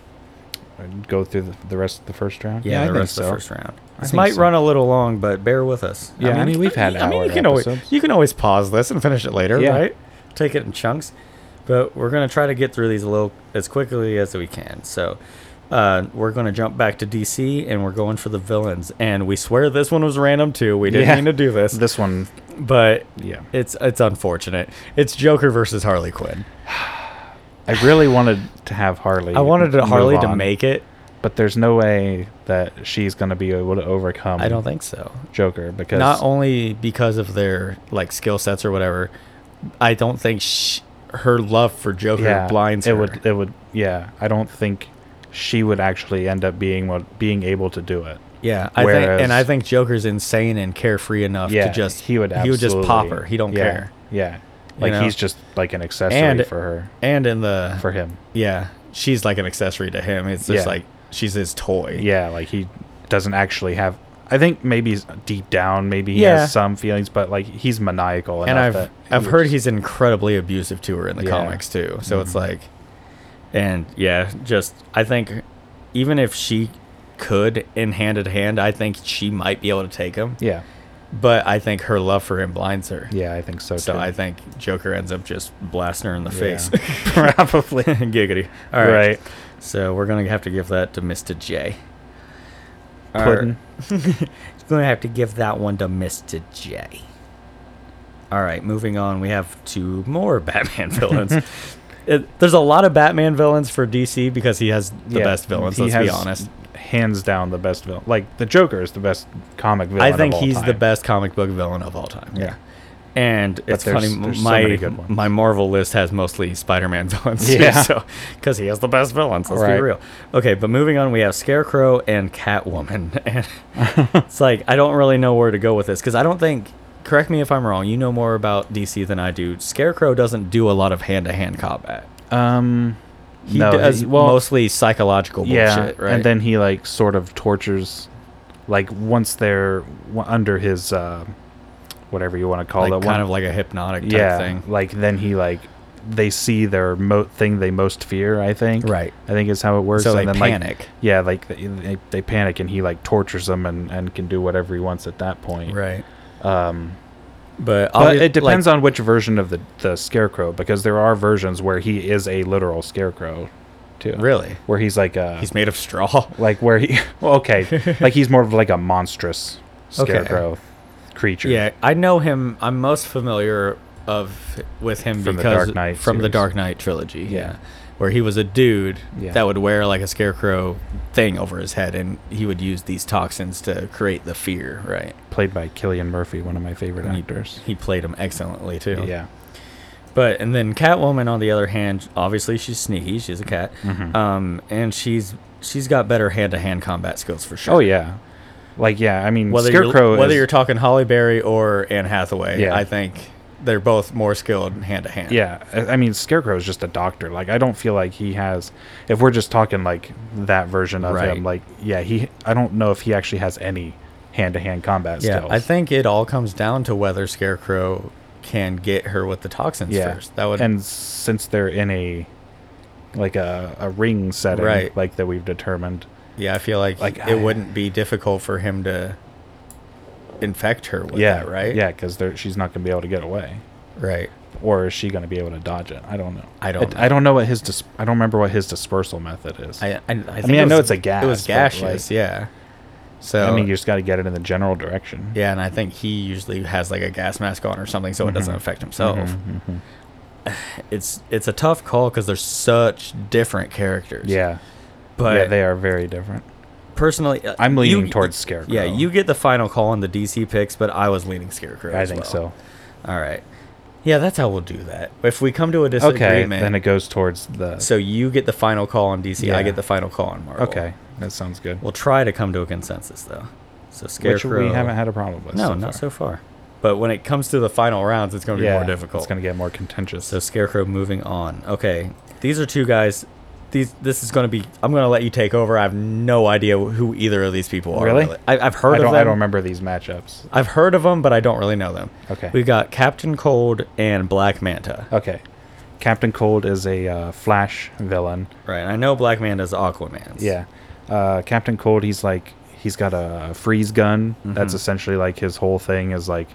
S2: I'd go through the, the rest of the first round.
S1: Yeah,
S2: I
S1: the
S2: think
S1: rest of the
S2: so.
S1: first round.
S2: I
S1: This
S2: think
S1: might
S2: so.
S1: run a little long, but bear with us.
S2: Yeah, I mean, we've had
S1: you
S2: hour
S1: can always
S2: episodes.
S1: you can always pause this and finish it later,
S2: Yeah.
S1: right? Take it in chunks, but we're gonna try to get through these a little as quickly as we can. So. Uh, we're going to jump back to DC and we're going for the villains. And we swear this one was random too. We didn't
S2: Yeah.
S1: mean to do this,
S2: This one,
S1: but
S2: yeah.
S1: it's it's unfortunate. It's Joker versus Harley Quinn.
S2: I really wanted to have Harley.
S1: I wanted to
S2: move
S1: Harley to
S2: on,
S1: make it.
S2: but there's no way that she's going to be able to overcome.
S1: I don't think so.
S2: Joker because
S1: not only because of their like skill sets or whatever i don't think sh her love for joker
S2: yeah,
S1: blinds
S2: it
S1: her
S2: would it would yeah. I don't think she would actually end up being what being able to do it.
S1: yeah i think
S2: whereas-
S1: and i think joker's insane and carefree enough
S2: Yeah,
S1: to just
S2: he would
S1: he would just pop
S2: absolutely-
S1: her he don't
S2: yeah,
S1: care
S2: Yeah, like
S1: know?
S2: he's just like an accessory
S1: And-
S2: for her
S1: and in the
S2: for him.
S1: yeah she's like an accessory to him it's just
S2: Yeah.
S1: like she's his toy
S2: Yeah, like he doesn't actually have. I think maybe he's- deep down, maybe he
S1: Yeah.
S2: has some feelings, but like he's maniacal.
S1: and
S2: enough
S1: i've
S2: that
S1: i've
S2: he
S1: heard
S2: just-
S1: he's incredibly abusive to her in the
S2: Yeah. Mm-hmm.
S1: comics too so it's like and yeah just i think even if she could in hand to hand i think she might be able to take him
S2: Yeah,
S1: but I think her love for him blinds her.
S2: yeah, I think so.
S1: So
S2: too.
S1: I think Joker ends up just blasting her in the
S2: Yeah.
S1: face. Probably. Giggity. All right.
S2: right,
S1: So we're going to have to give that to Mr. J.
S2: Puddin'.
S1: Going to have to give that one to Mr. J. All right. Moving on, we have two more Batman villains. It, there's a lot of Batman villains for DC because he has the
S2: Yeah,
S1: best villains,
S2: he
S1: let's be
S2: has
S1: honest.
S2: Hands down, the best villain. Like the Joker is the best comic villain.
S1: I think
S2: of all
S1: he's the
S2: time.
S1: best comic book villain of all time.
S2: Yeah,
S1: And it's
S2: there's-
S1: funny, m-
S2: there's so
S1: my
S2: many good ones.
S1: my Marvel list has mostly Spider-Man villains. too,
S2: Yeah.
S1: so because he has the best villains. Let's
S2: Right.
S1: be real. Okay, but moving on, we have Scarecrow and Catwoman, and it's like I don't really know where to go with this because I don't think. Correct me if I'm wrong. You know more about DC than I do. Scarecrow doesn't do a lot of hand-to-hand combat.
S2: um,
S1: He
S2: no,
S1: does
S2: well,
S1: mostly psychological
S2: yeah,
S1: bullshit, right?
S2: and then he like sort of tortures like once they're w- under his uh, whatever you want to call
S1: like,
S2: that
S1: kind
S2: one,
S1: of like a hypnotic type
S2: yeah,
S1: thing.
S2: like then he like they see their mo- thing they most fear. I think
S1: Right.
S2: I think is how it works.
S1: So
S2: and
S1: they
S2: then, Like,
S1: panic.
S2: yeah, like they, they, they panic and he like tortures them and, and can do whatever he wants at that point.
S1: right.
S2: Um,
S1: But,
S2: but it depends on which version of the, the scarecrow because there are versions where he is a literal scarecrow, too.
S1: Really?
S2: Where he's like a
S1: He's made of straw.
S2: like where he well, okay like he's more of like a monstrous
S1: Okay.
S2: scarecrow creature.
S1: Yeah, I know him. I'm most familiar of with him
S2: From the
S1: because
S2: Dark Knight
S1: from the
S2: series.
S1: Dark Knight trilogy. Yeah.
S2: Yeah.
S1: Where he was a dude
S2: Yeah.
S1: that would wear like a scarecrow thing over his head and he would use these toxins to create the fear, right?
S2: played by Killian Murphy, one of my favorite
S1: And he-
S2: actors.
S1: He played him excellently too.
S2: Yeah.
S1: But and then Catwoman on the other hand, obviously she's sneaky, she's a cat.
S2: Mhm.
S1: Um and she's she's got better hand-to-hand combat skills for sure.
S2: Oh yeah. Like yeah, I mean
S1: whether
S2: scarecrow
S1: you're, whether
S2: is,
S1: you're talking Holly Berry or Anne Hathaway,
S2: Yeah.
S1: I think they're both more skilled hand to hand.
S2: yeah, I I mean Scarecrow is just a doctor. Like I don't feel like he has if we're just talking like that version of
S1: Right.
S2: him like yeah, he I don't know if he actually has any hand-to-hand combat
S1: yeah.
S2: skills.
S1: I think it all comes down to whether Scarecrow can get her with the toxins
S2: yeah.
S1: first. That would
S2: And since they're in a like a, a ring setting
S1: Right.
S2: like that we've determined.
S1: yeah. I feel like,
S2: like,
S1: it
S2: I-
S1: wouldn't be difficult for him to infect her with
S2: yeah,
S1: that, right?
S2: Yeah, cuz she's not going to be able to get away.
S1: right.
S2: or is she going to be able to dodge it? I don't know.
S1: I don't
S2: It-
S1: know.
S2: I don't know what his. Dis- I don't remember what his dispersal method is.
S1: I I, I, think
S2: mean,
S1: it
S2: I know
S1: was-
S2: it's a gas,
S1: It was
S2: but, like-
S1: gaseous, yeah. So
S2: I mean, you just got to get it in the general direction.
S1: yeah, and I think he usually has like a gas mask on or something, so it
S2: Mm-hmm.
S1: doesn't affect himself.
S2: Mhm, mhm.
S1: It's it's a tough call because they're such different characters.
S2: Yeah.
S1: but
S2: yeah, they are very different.
S1: personally, uh,
S2: I'm
S1: you-
S2: leaning towards Scarecrow.
S1: Yeah, you get the final call on the DC picks, but I was leaning Scarecrow.
S2: I
S1: as
S2: think
S1: well. All right. Yeah, that's how we'll do that. If we come to a
S2: so. Okay,
S1: disagreement,
S2: then it goes towards the.
S1: so you get the final call on DC, I
S2: Yeah.
S1: get the final call on Marvel.
S2: okay, that sounds good.
S1: We'll try to come to a consensus though. So
S2: Which
S1: Scarecrow.
S2: we haven't had a problem with.
S1: No,
S2: so
S1: not
S2: far.
S1: so far. But when it comes to the final rounds, it's going to be
S2: yeah,
S1: more difficult.
S2: It's going to get more contentious.
S1: So Scarecrow moving on. Okay, these are two guys. These this is going to be. I'm going to let you take over. I have no idea who either of these people are.
S2: Really?
S1: I, I've heard
S2: I
S1: of
S2: don't.
S1: them.
S2: I don't remember these matchups.
S1: I've heard of them, but I don't really know them.
S2: Okay. Oh.
S1: We got Captain Cold and Black Manta.
S2: Okay, Captain Cold is a uh, Flash villain.
S1: Right. I know Black Manta's Aquaman's.
S2: Yeah. Uh, Captain Cold, he's like, he's got a freeze gun. That's
S1: Mhm.
S2: essentially like his whole thing is like,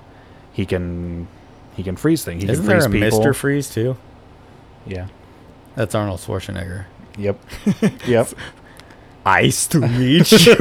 S2: he can, he can freeze things. He
S1: Isn't
S2: can
S1: there
S2: freeze
S1: a
S2: people.
S1: Mister Freeze too?
S2: yeah.
S1: That's Arnold Schwarzenegger.
S2: Yep. yep.
S1: Ice to meet you.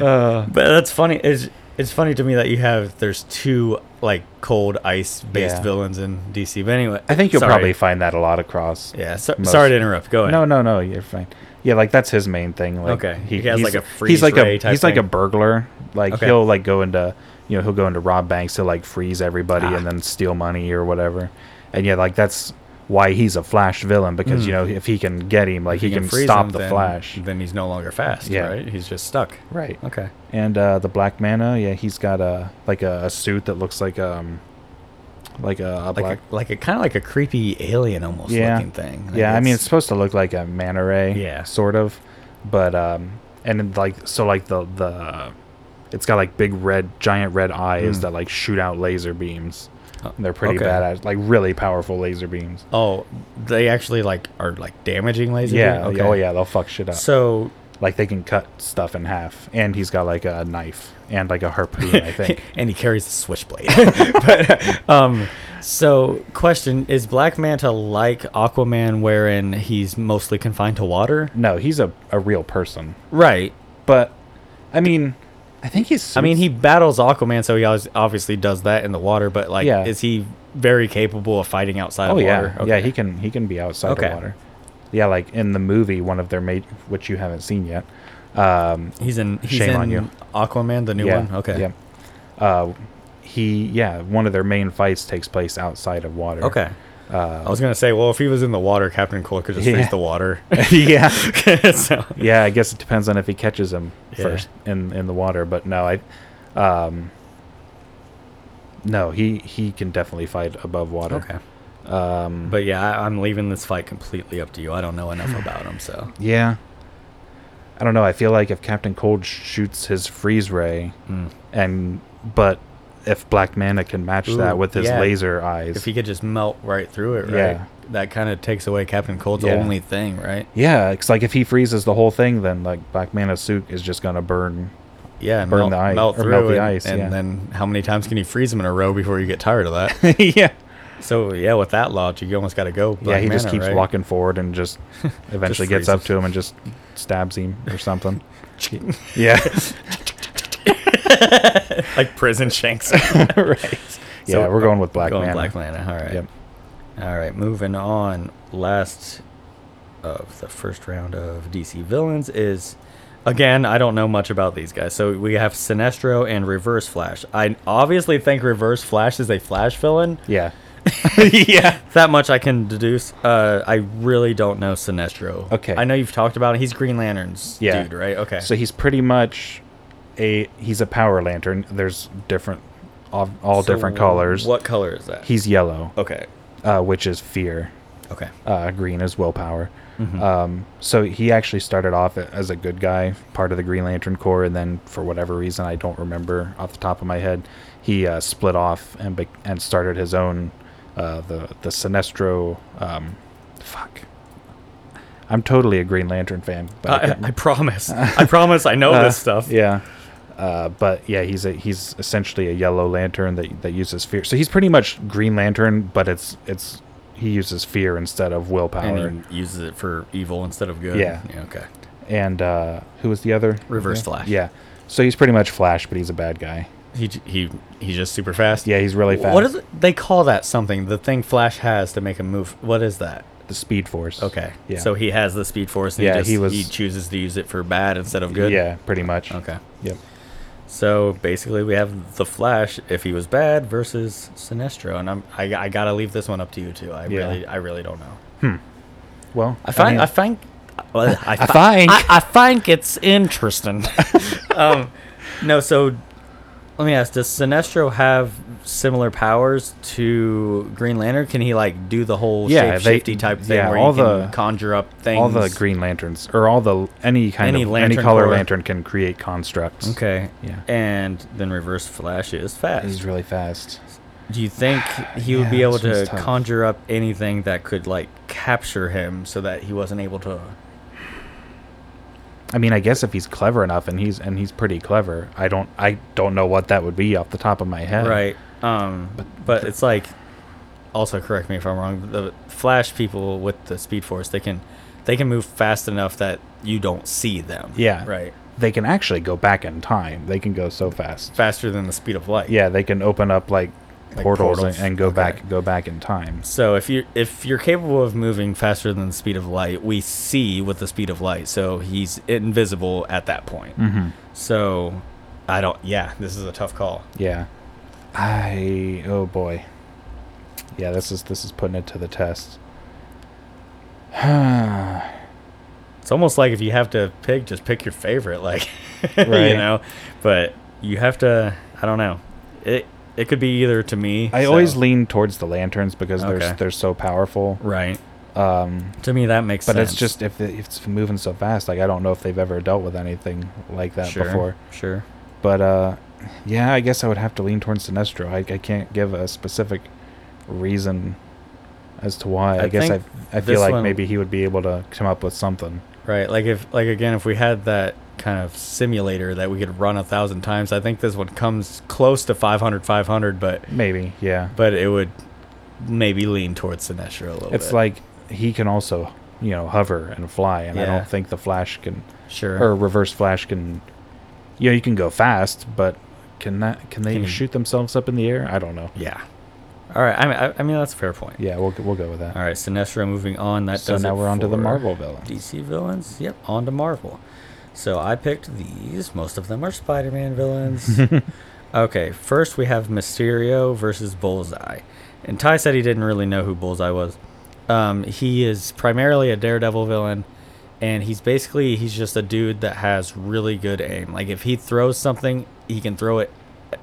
S2: Uh,
S1: But that's funny. It's it's funny to me that you have there's two like cold ice based
S2: Yeah.
S1: villains in DC. But anyway,
S2: I think you'll
S1: sorry.
S2: probably find that a lot across.
S1: yeah. So,
S2: most-
S1: sorry to interrupt. Go ahead.
S2: No, no, no. You're fine. Yeah, like that's his main thing. Like,
S1: Okay. He has,
S2: he's-
S1: like, a freeze
S2: he's like
S1: ray
S2: a
S1: type
S2: he's like a
S1: thing.
S2: burglar. Like
S1: Okay.
S2: he'll like go into you know he'll go into rob banks to like freeze everybody
S1: Ah.
S2: and then steal money or whatever. And yeah, like that's why he's a Flash villain because you know if he can get him, like
S1: Hmm. If
S2: he, can,
S1: freeze
S2: stop
S1: him,
S2: the
S1: then-
S2: Flash.
S1: Then he's no longer fast.
S2: Yeah.
S1: Right. He's just stuck.
S2: Right.
S1: Okay.
S2: And uh, the Black Manta, yeah, he's got a like a, a suit that looks like um like a, a
S1: Like
S2: black.
S1: a, like a kind of like a creepy alien almost
S2: Yeah.
S1: looking thing. Like,
S2: yeah, I mean it's supposed to look like a manta ray,
S1: Yeah.
S2: sort of, but um, and then, like so like the the, it's got like big red giant red eyes
S1: Mm.
S2: that like shoot out laser beams.
S1: Oh,
S2: And they're pretty
S1: okay.
S2: badass, like really powerful laser beams.
S1: Oh, they actually like are like damaging laser.
S2: yeah,
S1: beam?
S2: like, oh yeah, they'll fuck shit up.
S1: So
S2: like they can cut stuff in half, and he's got like a knife and like a harpoon, I think.
S1: and he carries a switchblade. but um, so question is Black Manta like Aquaman, wherein he's mostly confined to water?
S2: No, he's a, a real person.
S1: Right.
S2: But I mean, I think he's.
S1: I mean, he battles Aquaman, so he always, obviously does that in the water. But like,
S2: Yeah.
S1: is he very capable of fighting outside
S2: Oh
S1: of
S2: yeah,
S1: water?
S2: yeah.
S1: Okay.
S2: He can he can be outside
S1: Okay.
S2: the water. Yeah, like in the movie, one of their mate, which you haven't seen yet. Um,
S1: He's in. He's
S2: Shame
S1: in
S2: on you.
S1: Aquaman, the new
S2: yeah,
S1: one. Okay.
S2: Yeah. Uh, he yeah, one of their main fights takes place outside of water.
S1: Okay. I was gonna say, well, if he was in the water, Captain Cold could just
S2: Yeah.
S1: freeze the water.
S2: yeah.
S1: so,
S2: Yeah, I guess it depends on if he catches him
S1: Yeah.
S2: first in in the water, but no, I um no, he he can definitely fight above water.
S1: okay.
S2: Um
S1: But yeah, I, I'm leaving this fight completely up to you. I don't know enough about him, so
S2: Yeah. I don't know. I feel like if Captain Cold shoots his freeze ray, and but if Black Mana can match
S1: Ooh,
S2: that with his
S1: yeah.
S2: laser eyes,
S1: If he could just melt right through it, right?
S2: Yeah.
S1: That kind of takes away Captain Cold's
S2: Yeah.
S1: only thing, right?
S2: yeah, it's like if he freezes the whole thing, then like Black Mana's suit is just gonna burn.
S1: Yeah, and melt,
S2: Burn the ice-
S1: melt
S2: or
S1: through
S2: melt the
S1: and-
S2: ice,
S1: and
S2: yeah.
S1: then how many times can you freeze them in a row before you get tired of that?
S2: yeah,
S1: so yeah, with that logic, you almost got to go.
S2: yeah.
S1: Black
S2: He just
S1: Mana,
S2: keeps
S1: right?
S2: walking forward and just eventually gets
S1: freezes.
S2: up to him and just stabs him or something. yeah,
S1: like prison shanks.
S2: right. Yeah,
S1: So,
S2: we're going with Black
S1: going
S2: Mana.
S1: Black Mana. All right.
S2: Yep.
S1: All right, moving on. Last of the first round of DC villains is again, I don't know much about these guys. So we have Sinestro and Reverse Flash. I obviously think Reverse Flash is a Flash villain.
S2: Yeah. yeah.
S1: That much I can deduce. Uh, I really don't know Sinestro.
S2: Okay.
S1: I know you've talked about it. He's Green Lantern's
S2: Yeah.
S1: dude, right? Okay.
S2: So he's pretty much a he's a power lantern. There's different all, all
S1: So
S2: different colors.
S1: What color is that?
S2: He's yellow,
S1: okay.
S2: uh, which is fear.
S1: Okay.
S2: Uh, green is willpower.
S1: Mm-hmm.
S2: Um, so he actually started off a- as a good guy, part of the Green Lantern Corps, and then for whatever reason I don't remember off the top of my head, he uh, split off and bec and started his own uh, the the Sinestro. Um, fuck. I'm totally a Green Lantern fan. I
S1: I,
S2: couldn't-
S1: I promise. I promise. I know
S2: Uh,
S1: this stuff.
S2: Yeah. Uh, but yeah, he's a, he's essentially a yellow lantern that that uses fear. So he's pretty much Green Lantern, but it's it's he uses fear instead of willpower. And,
S1: And he uses it for evil instead of good.
S2: Yeah.
S1: okay.
S2: uh, who was the other?
S1: Reverse
S2: yeah.
S1: Flash.
S2: Yeah. So he's pretty much Flash, but he's a bad guy.
S1: He j- he he's just super fast.
S2: Yeah, he's really fast.
S1: What is it? They call that something. The thing Flash has to make him move. What is that?
S2: the Speed Force?
S1: Okay.
S2: Yeah.
S1: So he has the speed force. And
S2: Yeah,
S1: He, just,
S2: he
S1: he
S2: was-
S1: chooses to use it for bad instead of good.
S2: Yeah, pretty much.
S1: Okay.
S2: Yep.
S1: So basically, we have the Flash if he was bad versus Sinestro, and I'm I, I gotta leave this one up to you too. I
S2: Yeah.
S1: really I really don't know.
S2: Well,
S1: I find
S2: mean,
S1: I, find well, I, fi-
S2: think.
S1: I, I think it's interesting. um, no, so let me ask: Does Sinestro have similar powers to Green Lantern? Can he like do the whole
S2: Yeah,
S1: yeah,
S2: they-
S1: shapeshifty type thing
S2: yeah,
S1: where
S2: all
S1: you can
S2: the-
S1: conjure up things?
S2: all the Green Lanterns or all the any kind
S1: Any
S2: of any
S1: lantern
S2: color
S1: core.
S2: lantern can create constructs.
S1: Okay.
S2: Yeah.
S1: And then Reverse Flash is fast.
S2: He's really fast.
S1: Do you think he would
S2: Yeah,
S1: be able
S2: this one's
S1: to
S2: tough.
S1: conjure up anything that could like capture him so that he wasn't able to?
S2: I mean, I guess if he's clever enough, and he's and he's pretty clever. I don't I don't know what that would be off the top of my head.
S1: Right. Um, but, it's like, also correct me if I'm wrong. The Flash people with the Speed Force, they can, they can move fast enough that you don't see them.
S2: Yeah.
S1: Right.
S2: They can actually go back in time. They can go so fast.
S1: Faster than the speed of light.
S2: Yeah, they can open up like,
S1: Like
S2: portals,
S1: portals.
S2: And, and go
S1: Okay.
S2: back go back in time.
S1: So if you if you're capable of moving faster than the speed of light, we see with the speed of light. So he's invisible at that point.
S2: Mm-hmm.
S1: So, I don't. Yeah, this is a tough call.
S2: Yeah. I oh boy. Yeah, this is this is putting it to the test. right.
S1: It's almost like if you have to pick, just pick your favorite, like
S2: Right.
S1: you know. But you have to. I don't know. It it could be either to me.
S2: I
S1: so-
S2: always lean towards the lanterns because they're
S1: Okay.
S2: they're so powerful.
S1: right
S2: Um,
S1: to me that makes
S2: But
S1: sense.
S2: it's just if, it, if it's moving so fast, like I don't know if they've ever dealt with anything like that
S1: sure,
S2: before.
S1: Sure.
S2: But uh, yeah, I guess I would have to lean towards Sinestro. I, I can't give a specific reason as to why. I,
S1: I
S2: guess I
S1: think
S2: I feel
S1: this
S2: like
S1: one-
S2: maybe he would be able to come up with something.
S1: Right. Like if like again, if we had that kind of simulator that we could run a thousand times, I think this one comes close to 500, 500, but
S2: Maybe, yeah.
S1: but it would maybe lean towards Sinestro a little
S2: It's
S1: bit.
S2: like he can also you know hover and fly, and I
S1: Yeah.
S2: don't think the Flash can
S1: sure.
S2: or Reverse Flash can. You know, you can go fast, but can that can they
S1: Can you-
S2: shoot themselves up in the air? I don't know.
S1: yeah. All right. I mean, I, I mean that's a fair point.
S2: Yeah, we'll we'll go with that.
S1: All right, Sinestro moving on. That
S2: So
S1: does
S2: now
S1: it
S2: we're on to the
S1: for
S2: Marvel villains.
S1: DC villains. Yep, on to Marvel. So I picked these. Most of them are Spider-Man villains. okay, first we have Mysterio versus Bullseye. And Ty said he didn't really know who Bullseye was. Um, he is primarily a Daredevil villain, and he's basically he's just a dude that has really good aim. Like if he throws something, he can throw it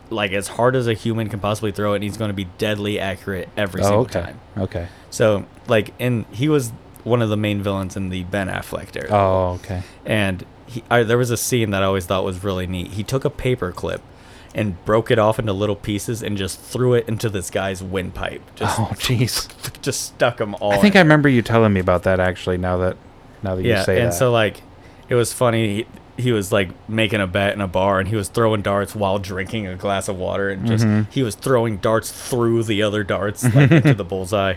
S1: like as hard as a human can possibly throw it, and he's going to be deadly accurate every single
S2: Oh, okay.
S1: time.
S2: Okay.
S1: So like, and he was one of the main villains in the Ben Affleck Daredevil,
S2: Oh, okay.
S1: and he, I, there was a scene that I always thought was really neat. He took a paper clip and broke it off into little pieces and just threw it into this guy's windpipe. Just
S2: Oh, jeez.
S1: just stuck him all.
S2: I think
S1: in.
S2: I remember you telling me about that actually. Now that, now that
S1: yeah.
S2: you say
S1: and
S2: that.
S1: so like, it was funny. He, he was like making a bet in a bar and he was throwing darts while drinking a glass of water and just
S2: Mm-hmm.
S1: he was throwing darts through the other darts like into the bullseye,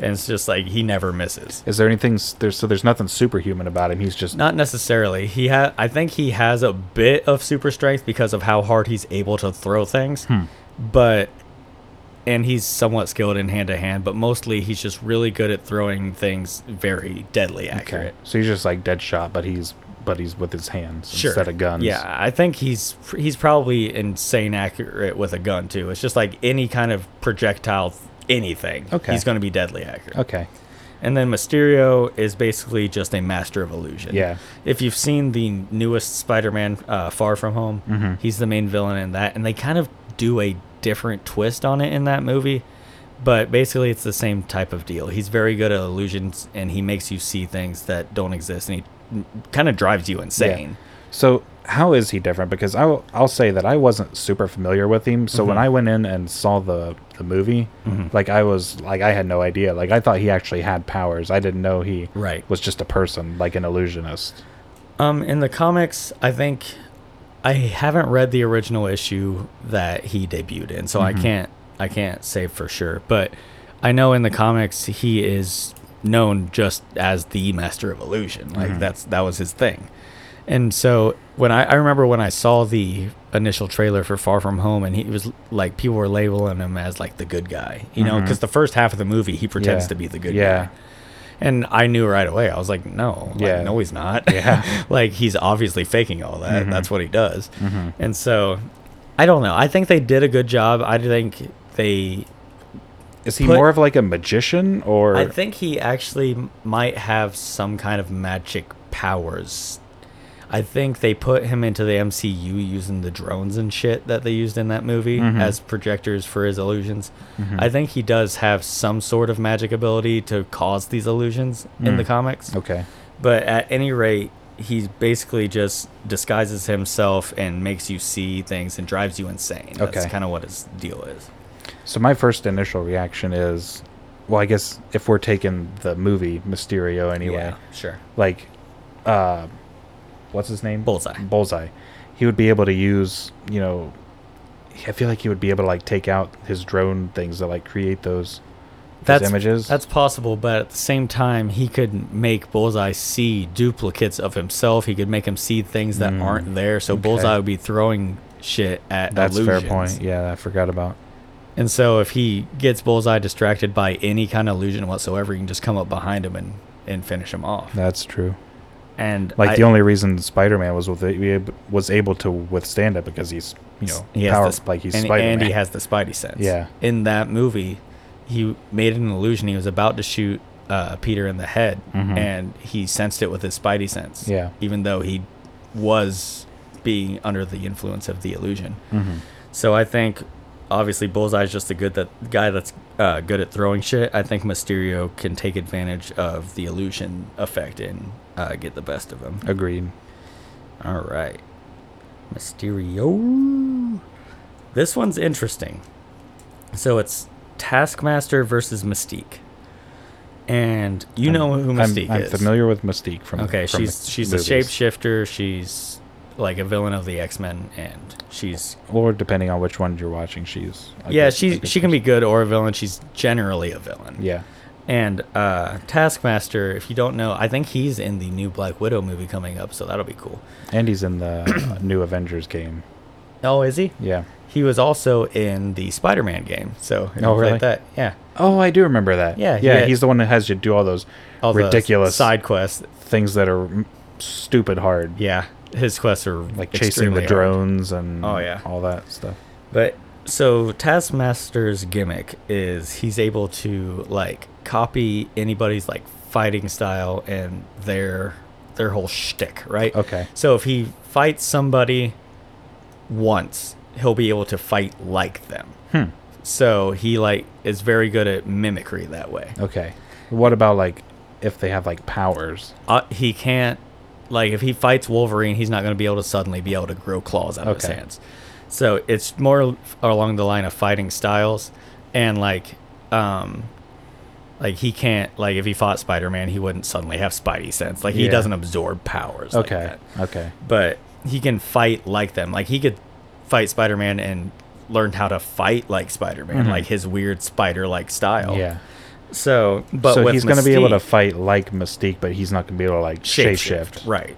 S1: and it's just like he never misses.
S2: is there anything? s- There's so there's nothing superhuman about him. He's just
S1: Not necessarily. He ha- I think he has a bit of super strength because of how hard he's able to throw things.
S2: Hmm.
S1: But and he's somewhat skilled in hand to hand, but mostly he's just really good at throwing things very deadly accurate.
S2: okay. So he's just like dead shot, but he's but he's with his hands
S1: Sure.
S2: instead of guns.
S1: Yeah, I think he's he's probably insane accurate with a gun too. It's just like any kind of projectile anything.
S2: Okay.
S1: He's going to be deadly accurate.
S2: Okay.
S1: And then Mysterio is basically just a master of illusion.
S2: Yeah.
S1: If you've seen the newest Spider-Man, uh, Far From Home, he's the main villain in that, and they kind of do a different twist on it in that movie. But basically, it's the same type of deal. He's very good at illusions, and he makes you see things that don't exist, and he kind of drives you insane.
S2: So how is he different? Because I will, I'll say that I wasn't super familiar with him. So
S1: Mm-hmm.
S2: when I went in and saw the the movie, like I was like I had no idea. Like I thought he actually had powers. I didn't know he
S1: Right.
S2: was just a person, like an illusionist.
S1: Um, in the comics, I think I haven't read the original issue that he debuted in, so
S2: Mm-hmm.
S1: I can't I can't say for sure. But I know in the comics he is known just as the Master of Illusion. Like
S2: Mm-hmm.
S1: that's that was his thing. And so when I, I remember when I saw the initial trailer for Far From Home, and he was like people were labeling him as like the good guy, you know, because the first half of the movie he pretends
S2: Mm-hmm. Yeah.
S1: to be the good guy.
S2: Yeah.
S1: And I knew right away. I was like, no, like,
S2: Yeah. Mm-hmm.
S1: no, he's not. Yeah, like he's obviously faking all that. That's what he does. And so, I don't know. I think they did a good job. I think they.
S2: Is he
S1: Put-
S2: more of like a magician or
S1: I think he actually m- might have some kind of magic powers. I think they put him into the MCU using the drones and shit that they used in that movie
S2: Mm-hmm.
S1: as projectors for his illusions. I think he does have some sort of magic ability to cause these illusions in
S2: Mm.
S1: the comics.
S2: Okay.
S1: But at any rate, he basically just disguises himself and makes you see things and drives you insane. That's
S2: Okay.
S1: kind of what his deal is.
S2: So my first initial reaction is, well, I guess if we're taking the movie Mysterio anyway,
S1: sure.
S2: like, uh, what's his name?
S1: Bullseye.
S2: Bullseye. He would be able to use, you know, I feel like he would be able to like take out his drone things that like create those, those
S1: That's
S2: images.
S1: that's possible, but at the same time, he could make Bullseye see duplicates of himself. He could make him see things
S2: Mm.
S1: that aren't there. So Bullseye would be throwing shit at
S2: that's
S1: illusions.
S2: fair point. Yeah, I forgot about.
S1: And so if he gets Bullseye distracted by any kind of illusion whatsoever, you can just come up behind him and, and finish him off.
S2: That's true.
S1: And
S2: Like
S1: I-
S2: the only reason Spider-Man was with it, was able to withstand it because he's you know
S1: he has
S2: power,
S1: the,
S2: like he's
S1: and,
S2: Spider-Man.
S1: and he has the Spidey sense.
S2: Yeah.
S1: In that movie, he made an illusion. He was about to shoot uh, Peter in the head, and he sensed it with his Spidey sense.
S2: Mm-hmm. Yeah.
S1: Even though he was being under the influence of the illusion. So I think, obviously, Bullseye's just a good that guy that's uh, good at throwing shit. I think Mysterio can take advantage of the illusion effect and uh, get the best of him.
S2: Agreed.
S1: All right. Mysterio. This one's interesting. So it's Taskmaster versus Mystique. And you know who
S2: I'm-
S1: Mystique
S2: I'm,
S1: is.
S2: familiar with Mystique from
S1: Okay,
S2: from
S1: she's
S2: the
S1: she's
S2: movies.
S1: a shapeshifter. She's like a villain of the X-Men and she's
S2: or depending on which one you're watching, she's a
S1: yeah,
S2: good- a
S1: she
S2: good
S1: she can
S2: person.
S1: be good or a villain. She's generally a villain.
S2: yeah.
S1: And uh Taskmaster, if you don't know, I think he's in the new Black Widow movie coming up, so that'll be cool.
S2: And he's in the new Avengers game.
S1: Oh, is he?
S2: Yeah.
S1: He was also in the Spider-Man game, so if you
S2: Oh,
S1: played
S2: really?
S1: that, yeah,
S2: Oh, I do remember that.
S1: Yeah,
S2: yeah.
S1: yeah.
S2: He's the one that has you do all those
S1: all the
S2: ridiculous
S1: side quests.
S2: things that are m- stupid hard,
S1: Yeah, his quests are
S2: like chasing the
S1: drone.
S2: drones and
S1: Oh, yeah.
S2: all that stuff.
S1: But so Taskmaster's gimmick is he's able to like copy anybody's like fighting style and their their whole shtick, right?
S2: Okay.
S1: So if he fights somebody once, he'll be able to fight like them.
S2: Hmm.
S1: So he like is very good at mimicry that way.
S2: Okay. What about like if they have like powers?
S1: uh, he can't Like if he fights Wolverine, he's not going to be able to suddenly be able to grow claws out of his
S2: Okay.
S1: hands. So it's more along the line of fighting styles, and like, um, like he can't like if he fought Spider Man, he wouldn't suddenly have Spidey sense. Like he
S2: Yeah.
S1: doesn't absorb powers. like
S2: Okay.
S1: that
S2: Okay.
S1: but he can fight like them. Like he could fight Spider Man and learned how to fight like Spider Man,
S2: Mhm.
S1: like his weird spider like style.
S2: Yeah.
S1: So, but
S2: so
S1: with
S2: he's going to be able to
S1: Mystique,
S2: fight like Mystique, but he's not going to be able to like shapeshift.
S1: right?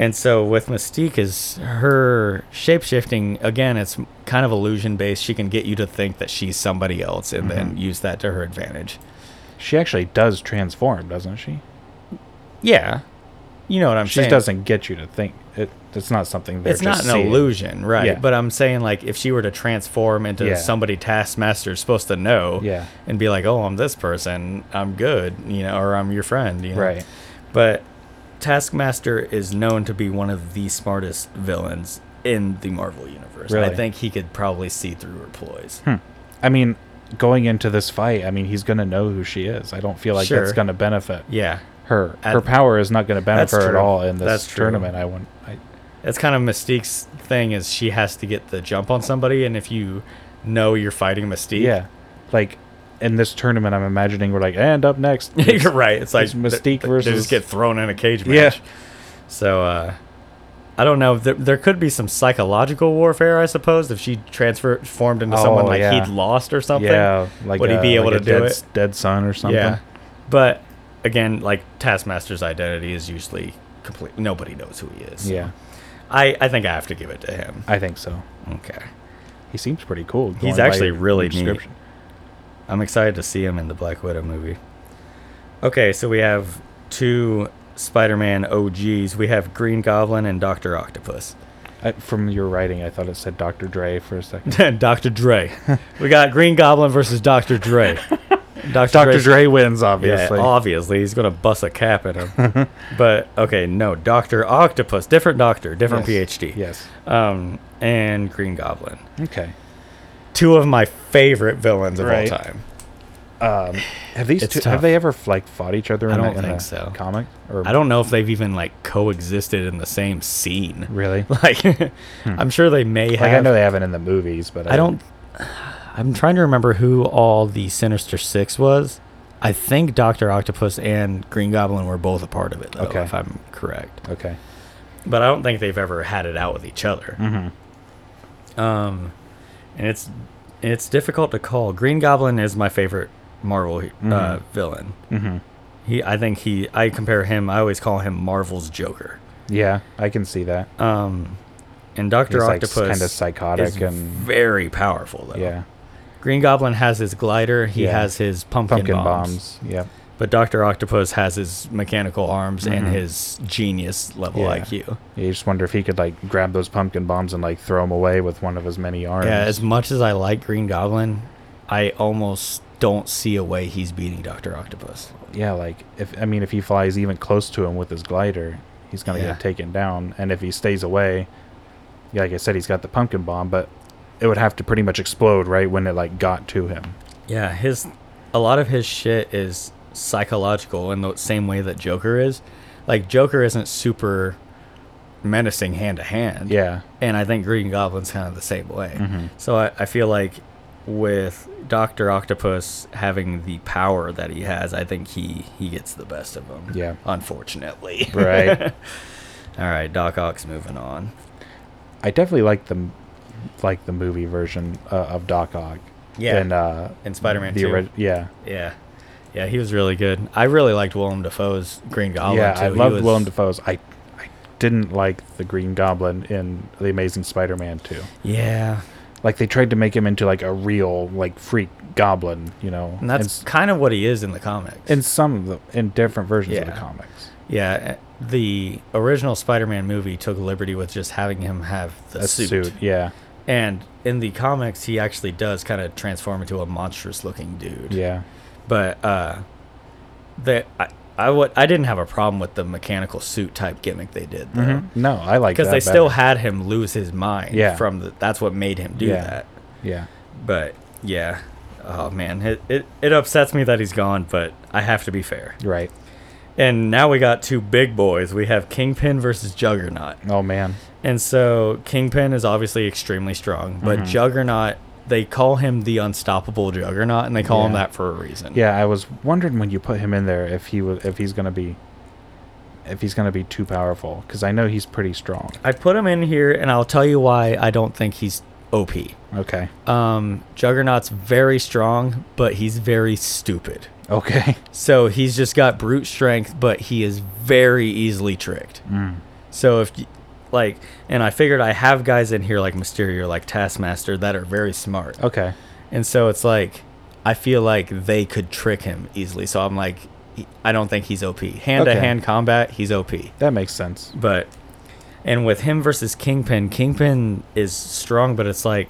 S1: And so with Mystique is her shapeshifting again. It's kind of illusion based. She can get you to think that she's somebody else, and then
S2: Mm-hmm.
S1: use that to her advantage.
S2: She actually does transform, doesn't she?
S1: Yeah, you know what I'm
S2: she
S1: saying.
S2: doesn't get you to think. It, it's not something. they're
S1: it's not
S2: just
S1: an
S2: seeing.
S1: illusion, right?
S2: Yeah.
S1: But I'm saying like if she were to transform into
S2: Yeah.
S1: somebody Taskmaster's supposed to know,
S2: Yeah.
S1: and be like, "Oh, I'm this person. I'm good," you know, or "I'm your friend," you know.
S2: Right.
S1: But Taskmaster is known to be one of the smartest villains in the Marvel universe. And I
S2: Really?
S1: think he could probably see through her ploys.
S2: Hmm. I mean, going into this fight, I mean, he's going to know who she is. I don't feel like
S1: Sure.
S2: that's going to benefit
S1: Yeah,
S2: her.
S1: At-
S2: her power is not going to benefit
S1: That's
S2: her at
S1: true.
S2: all in this
S1: That's true.
S2: tournament. I wouldn't. I,
S1: that's kind of Mystique's thing is she has to get the jump on somebody, and if you know you're fighting Mystique,
S2: yeah. Like in this tournament, I'm imagining we're like, and up next, it's-
S1: you're right. It's like
S2: it's Mystique
S1: they- they
S2: versus-
S1: just get thrown in a cage match.
S2: Yeah.
S1: So uh, I don't know. There, there could be some psychological warfare, I suppose, if she transformed into someone
S2: Oh,
S1: like
S2: yeah.
S1: he'd lost or something.
S2: Yeah, like
S1: Would he
S2: uh,
S1: be able to
S2: like a
S1: do
S2: dead,
S1: it?
S2: s- Dead son or something.
S1: Yeah. But again, like Taskmaster's identity is usually complete. Nobody knows who he is.
S2: Yeah,
S1: I, I think I have to give it to him.
S2: I think so.
S1: Okay.
S2: He seems pretty cool.
S1: He's
S2: going by
S1: actually
S2: your
S1: really neat.
S2: description.
S1: I'm excited to see him in the Black Widow movie. Okay, so we have two Spider-Man OGs. We have Green Goblin and Doctor Octopus.
S2: I, from your writing, I thought it said Dr. Dre for a second.
S1: Dr. Dre. We got Green Goblin versus Dr. Dre. Dr.
S2: Dr.
S1: Dre's-
S2: Dre wins, obviously.
S1: Yeah, obviously he's gonna bust a cap at him. but okay, no, Doctor Octopus, different doctor, different
S2: Yes.
S1: PhD.
S2: Yes.
S1: Um, and Green Goblin,
S2: Okay.
S1: two of my favorite villains of
S2: Right.
S1: all time.
S2: Um, have these
S1: It's
S2: two?
S1: tough.
S2: Have they ever like fought each other?
S1: I
S2: In a-
S1: don't
S2: in
S1: think
S2: a
S1: so.
S2: Comic or
S1: I don't know if they've even like coexisted in the same scene.
S2: really.
S1: Like, I'm sure they may
S2: Hmm. Like
S1: have.
S2: I know they haven't in the movies, but
S1: I don't. I'm trying to remember who all the Sinister Six was. I think Doctor Octopus and Green Goblin were both a part of it, though,
S2: Okay.
S1: if I'm correct.
S2: Okay.
S1: But I don't think they've ever had it out with each other.
S2: Mm-hmm. Hmm.
S1: Um, and it's it's difficult to call. Green Goblin is my favorite Marvel uh,
S2: Mhm.
S1: villain.
S2: Mm-hmm.
S1: He, I think he, I compare him. I always call him Marvel's Joker.
S2: Yeah, I can see that.
S1: Um, and Doctor
S2: He's like
S1: Octopus
S2: kind of
S1: is
S2: psychotic and
S1: very powerful though.
S2: yeah,
S1: Green Goblin has his glider. He
S2: Yeah.
S1: has his pumpkin,
S2: pumpkin
S1: bombs.
S2: bombs. Yeah.
S1: But Doctor Octopus has his mechanical arms and
S2: Mhm.
S1: his genius level
S2: Yeah.
S1: IQ.
S2: You just wonder if he could like grab those pumpkin bombs and like throw them away with one of his many arms.
S1: Yeah, as much as I like Green Goblin, I almost don't see a way he's beating Doctor Octopus.
S2: yeah, like if I mean if he flies even close to him with his glider, he's gonna
S1: Yeah.
S2: get taken down. And if he stays away, yeah, like I said, he's got the pumpkin bomb, but it would have to pretty much explode right when it like got to him.
S1: Yeah, his a lot of his shit is psychological in the same way that Joker is. Like Joker isn't super menacing hand to hand.
S2: Yeah, Mm-hmm.
S1: And I think Green Goblin's kind of the same way. So I, I feel like with Doctor Octopus having the power that he has, I think he he gets the best of him.
S2: Yeah.
S1: Unfortunately.
S2: right.
S1: All right, Doc Ock's moving on.
S2: I definitely like the m- like the movie version uh, of Doc Ock.
S1: Yeah.
S2: And uh,
S1: In Spider-Man
S2: the
S1: 2.
S2: ori- yeah.
S1: Yeah. Yeah, he was really good. I really liked Willem Dafoe's Green Goblin
S2: yeah,
S1: too.
S2: I
S1: He
S2: loved
S1: was-
S2: Willem Dafoe's. I I didn't like the Green Goblin in the Amazing Spider-Man 2.
S1: Yeah.
S2: Like they tried to make him into like a real like freak goblin, you know.
S1: And that's
S2: in s-
S1: kind of what he is in the comics.
S2: in some of the in different versions of
S1: Yeah.
S2: the comics.
S1: yeah, uh, the original Spider-Man movie took liberty with just having him have the
S2: A
S1: suit.
S2: suit. yeah,
S1: And in the comics, he actually does kind of transform into a monstrous-looking dude.
S2: yeah,
S1: But uh, the I I would I didn't have a problem with the mechanical suit type gimmick they did though.
S2: Mhm. No, I like
S1: because
S2: that
S1: they still
S2: better.
S1: had him lose his mind
S2: Yeah.
S1: from the, that's what made him do
S2: Yeah.
S1: that
S2: yeah,
S1: but yeah oh man it, it, it upsets me that he's gone but i have to be fair
S2: right.
S1: And now we got two big boys. We have Kingpin versus Juggernaut.
S2: Oh man.
S1: And so Kingpin is obviously extremely strong, but
S2: Mm-hmm.
S1: Juggernaut, they call him the unstoppable Juggernaut, and they call him
S2: Yeah.
S1: that for a reason.
S2: Yeah, I was wondering when you put him in there if he was if he's gonna be if he's gonna be too powerful because I know he's pretty strong.
S1: I put him in here, and I'll tell you why I don't think he's OP.
S2: Okay.
S1: Um, Juggernaut's very strong, but he's very stupid.
S2: Okay.
S1: So he's just got brute strength, but he is very easily tricked. So if, y- like, and I figured I have guys in here like Mysterio, like Taskmaster, that are very smart.
S2: Okay.
S1: And so it's like, I feel like they could trick him easily. So I'm like, he- I don't think he's OP. Hand to hand combat, he's OP.
S2: That makes sense.
S1: But, and with him versus Kingpin, Kingpin is strong, but it's like,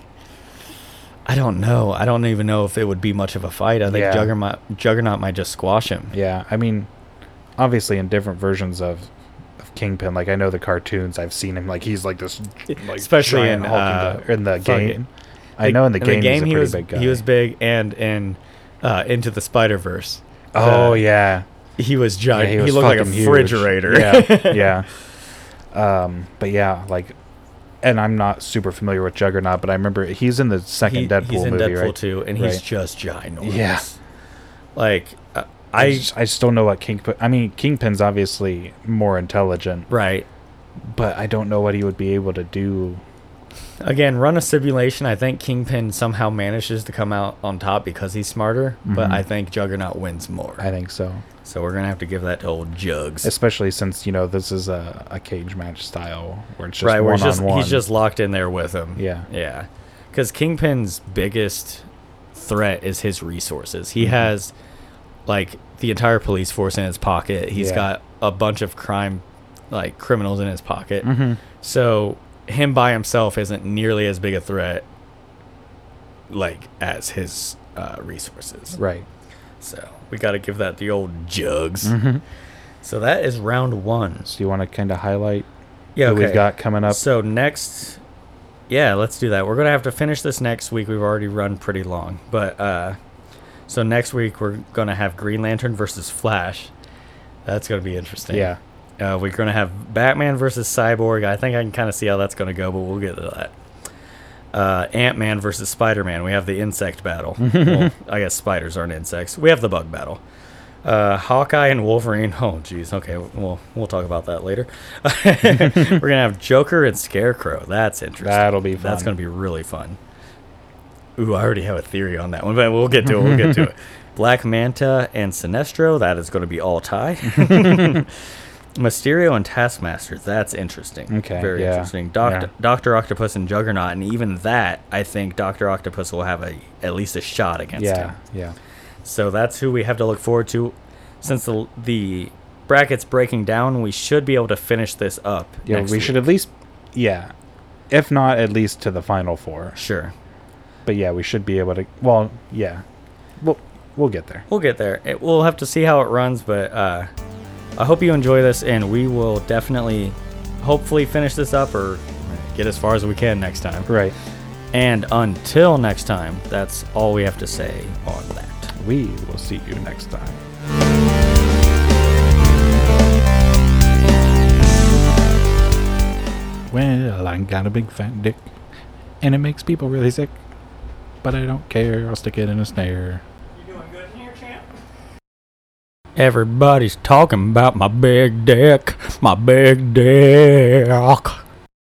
S1: I don't know. I don't even know if it would be much of a fight. I think
S2: Yeah.
S1: Juggernaut, Juggernaut might just squash him.
S2: Yeah. I mean, obviously in different versions of of Kingpin, like I know the cartoons, I've seen him like he's like this like
S1: Especially
S2: giant
S1: in,
S2: hulking guy-
S1: uh,
S2: in the
S1: fucking-
S2: game. I know in the, game, he's a pretty
S1: he was
S2: big guy.
S1: he was big, and in uh, Into the Spider Verse,
S2: oh
S1: uh,
S2: yeah.
S1: he was
S2: Yeah,
S1: giant. uh, he,
S2: was
S1: looked like a
S2: fucking huge.
S1: refrigerator.
S2: Yeah, yeah. Um, but yeah, like, and I'm not super familiar with Juggernaut, but I remember he's in the second
S1: He-
S2: Deadpool
S1: he's in
S2: movie,
S1: Deadpool
S2: right?
S1: too, and he's
S2: Right.
S1: just ginormous.
S2: Yeah.
S1: like uh,
S2: I
S1: I
S2: just, I just don't know what Kingpin. I mean, Kingpin's obviously more intelligent,
S1: right
S2: but I don't know what he would be able to do.
S1: again run a simulation. I think Kingpin somehow manages to come out on top because he's smarter, but I think Juggernaut wins more.
S2: Mm-hmm. I think so,
S1: so we're gonna have to give that to old Jugs.
S2: especially since you know this is a, a cage match style where it's just
S1: right, where
S2: one
S1: it's just
S2: on one.
S1: he's just locked in there with him.
S2: Yeah.
S1: yeah, because Kingpin's biggest threat is his resources.
S2: Mm-hmm.
S1: He has like the entire police force in his pocket. He's
S2: Yeah.
S1: got a bunch of crime, like criminals in his pocket.
S2: Mm-hmm.
S1: So him by himself isn't nearly as big a threat, like as his uh, resources.
S2: right.
S1: So we got to give that the old jugs.
S2: Mm-hmm.
S1: So that is round one.
S2: So you want to kind of highlight
S1: Yeah,
S2: who we've got coming up?
S1: so next, yeah, let's do that. We're gonna have to finish this next week. We've already run pretty long, but uh, so next week we're gonna have Green Lantern versus Flash. That's gonna be interesting.
S2: yeah,
S1: uh, we're gonna have Batman versus Cyborg. I think I can kind of see how that's gonna go, but we'll get to that. Uh, Ant Man versus Spider Man. We have the insect battle. well, I guess spiders aren't insects. We have the bug battle. Uh, Hawkeye and Wolverine. Oh, jeez. Okay. Well, we'll talk about that later. We're gonna have Joker and Scarecrow. That's interesting.
S2: That'll be
S1: That's
S2: fun.
S1: gonna be really fun. Ooh, I already have a theory on that one, but we'll get to it. We'll get to it. Black Manta and Sinestro. That is gonna be all tie. Mysterio and Taskmaster. That's interesting.
S2: Okay,
S1: Very
S2: yeah,
S1: interesting. Doctor
S2: yeah.
S1: Doctor Octopus and Juggernaut, and even that, I think Doctor Octopus will have a at least a shot against
S2: yeah,
S1: him.
S2: yeah.
S1: So that's who we have to look forward to. Since the the brackets breaking down, we should be able to finish this up.
S2: Yeah,
S1: next
S2: we
S1: week.
S2: should at least, yeah, if not at least to the final four.
S1: Sure,
S2: But yeah, we should be able to. Well, yeah, we'll we'll get there.
S1: we'll get there. It, we'll have to see how it runs, but uh, I hope you enjoy this, and we will definitely, hopefully, finish this up or get as far as we can next time.
S2: Right.
S1: And until next time, that's all we have to say on that.
S2: We will see you next time. Well, I got a big fat dick, and it makes people really sick. But I don't care. I'll stick it in a snare.
S1: Everybody's talking about my big dick, my big dick.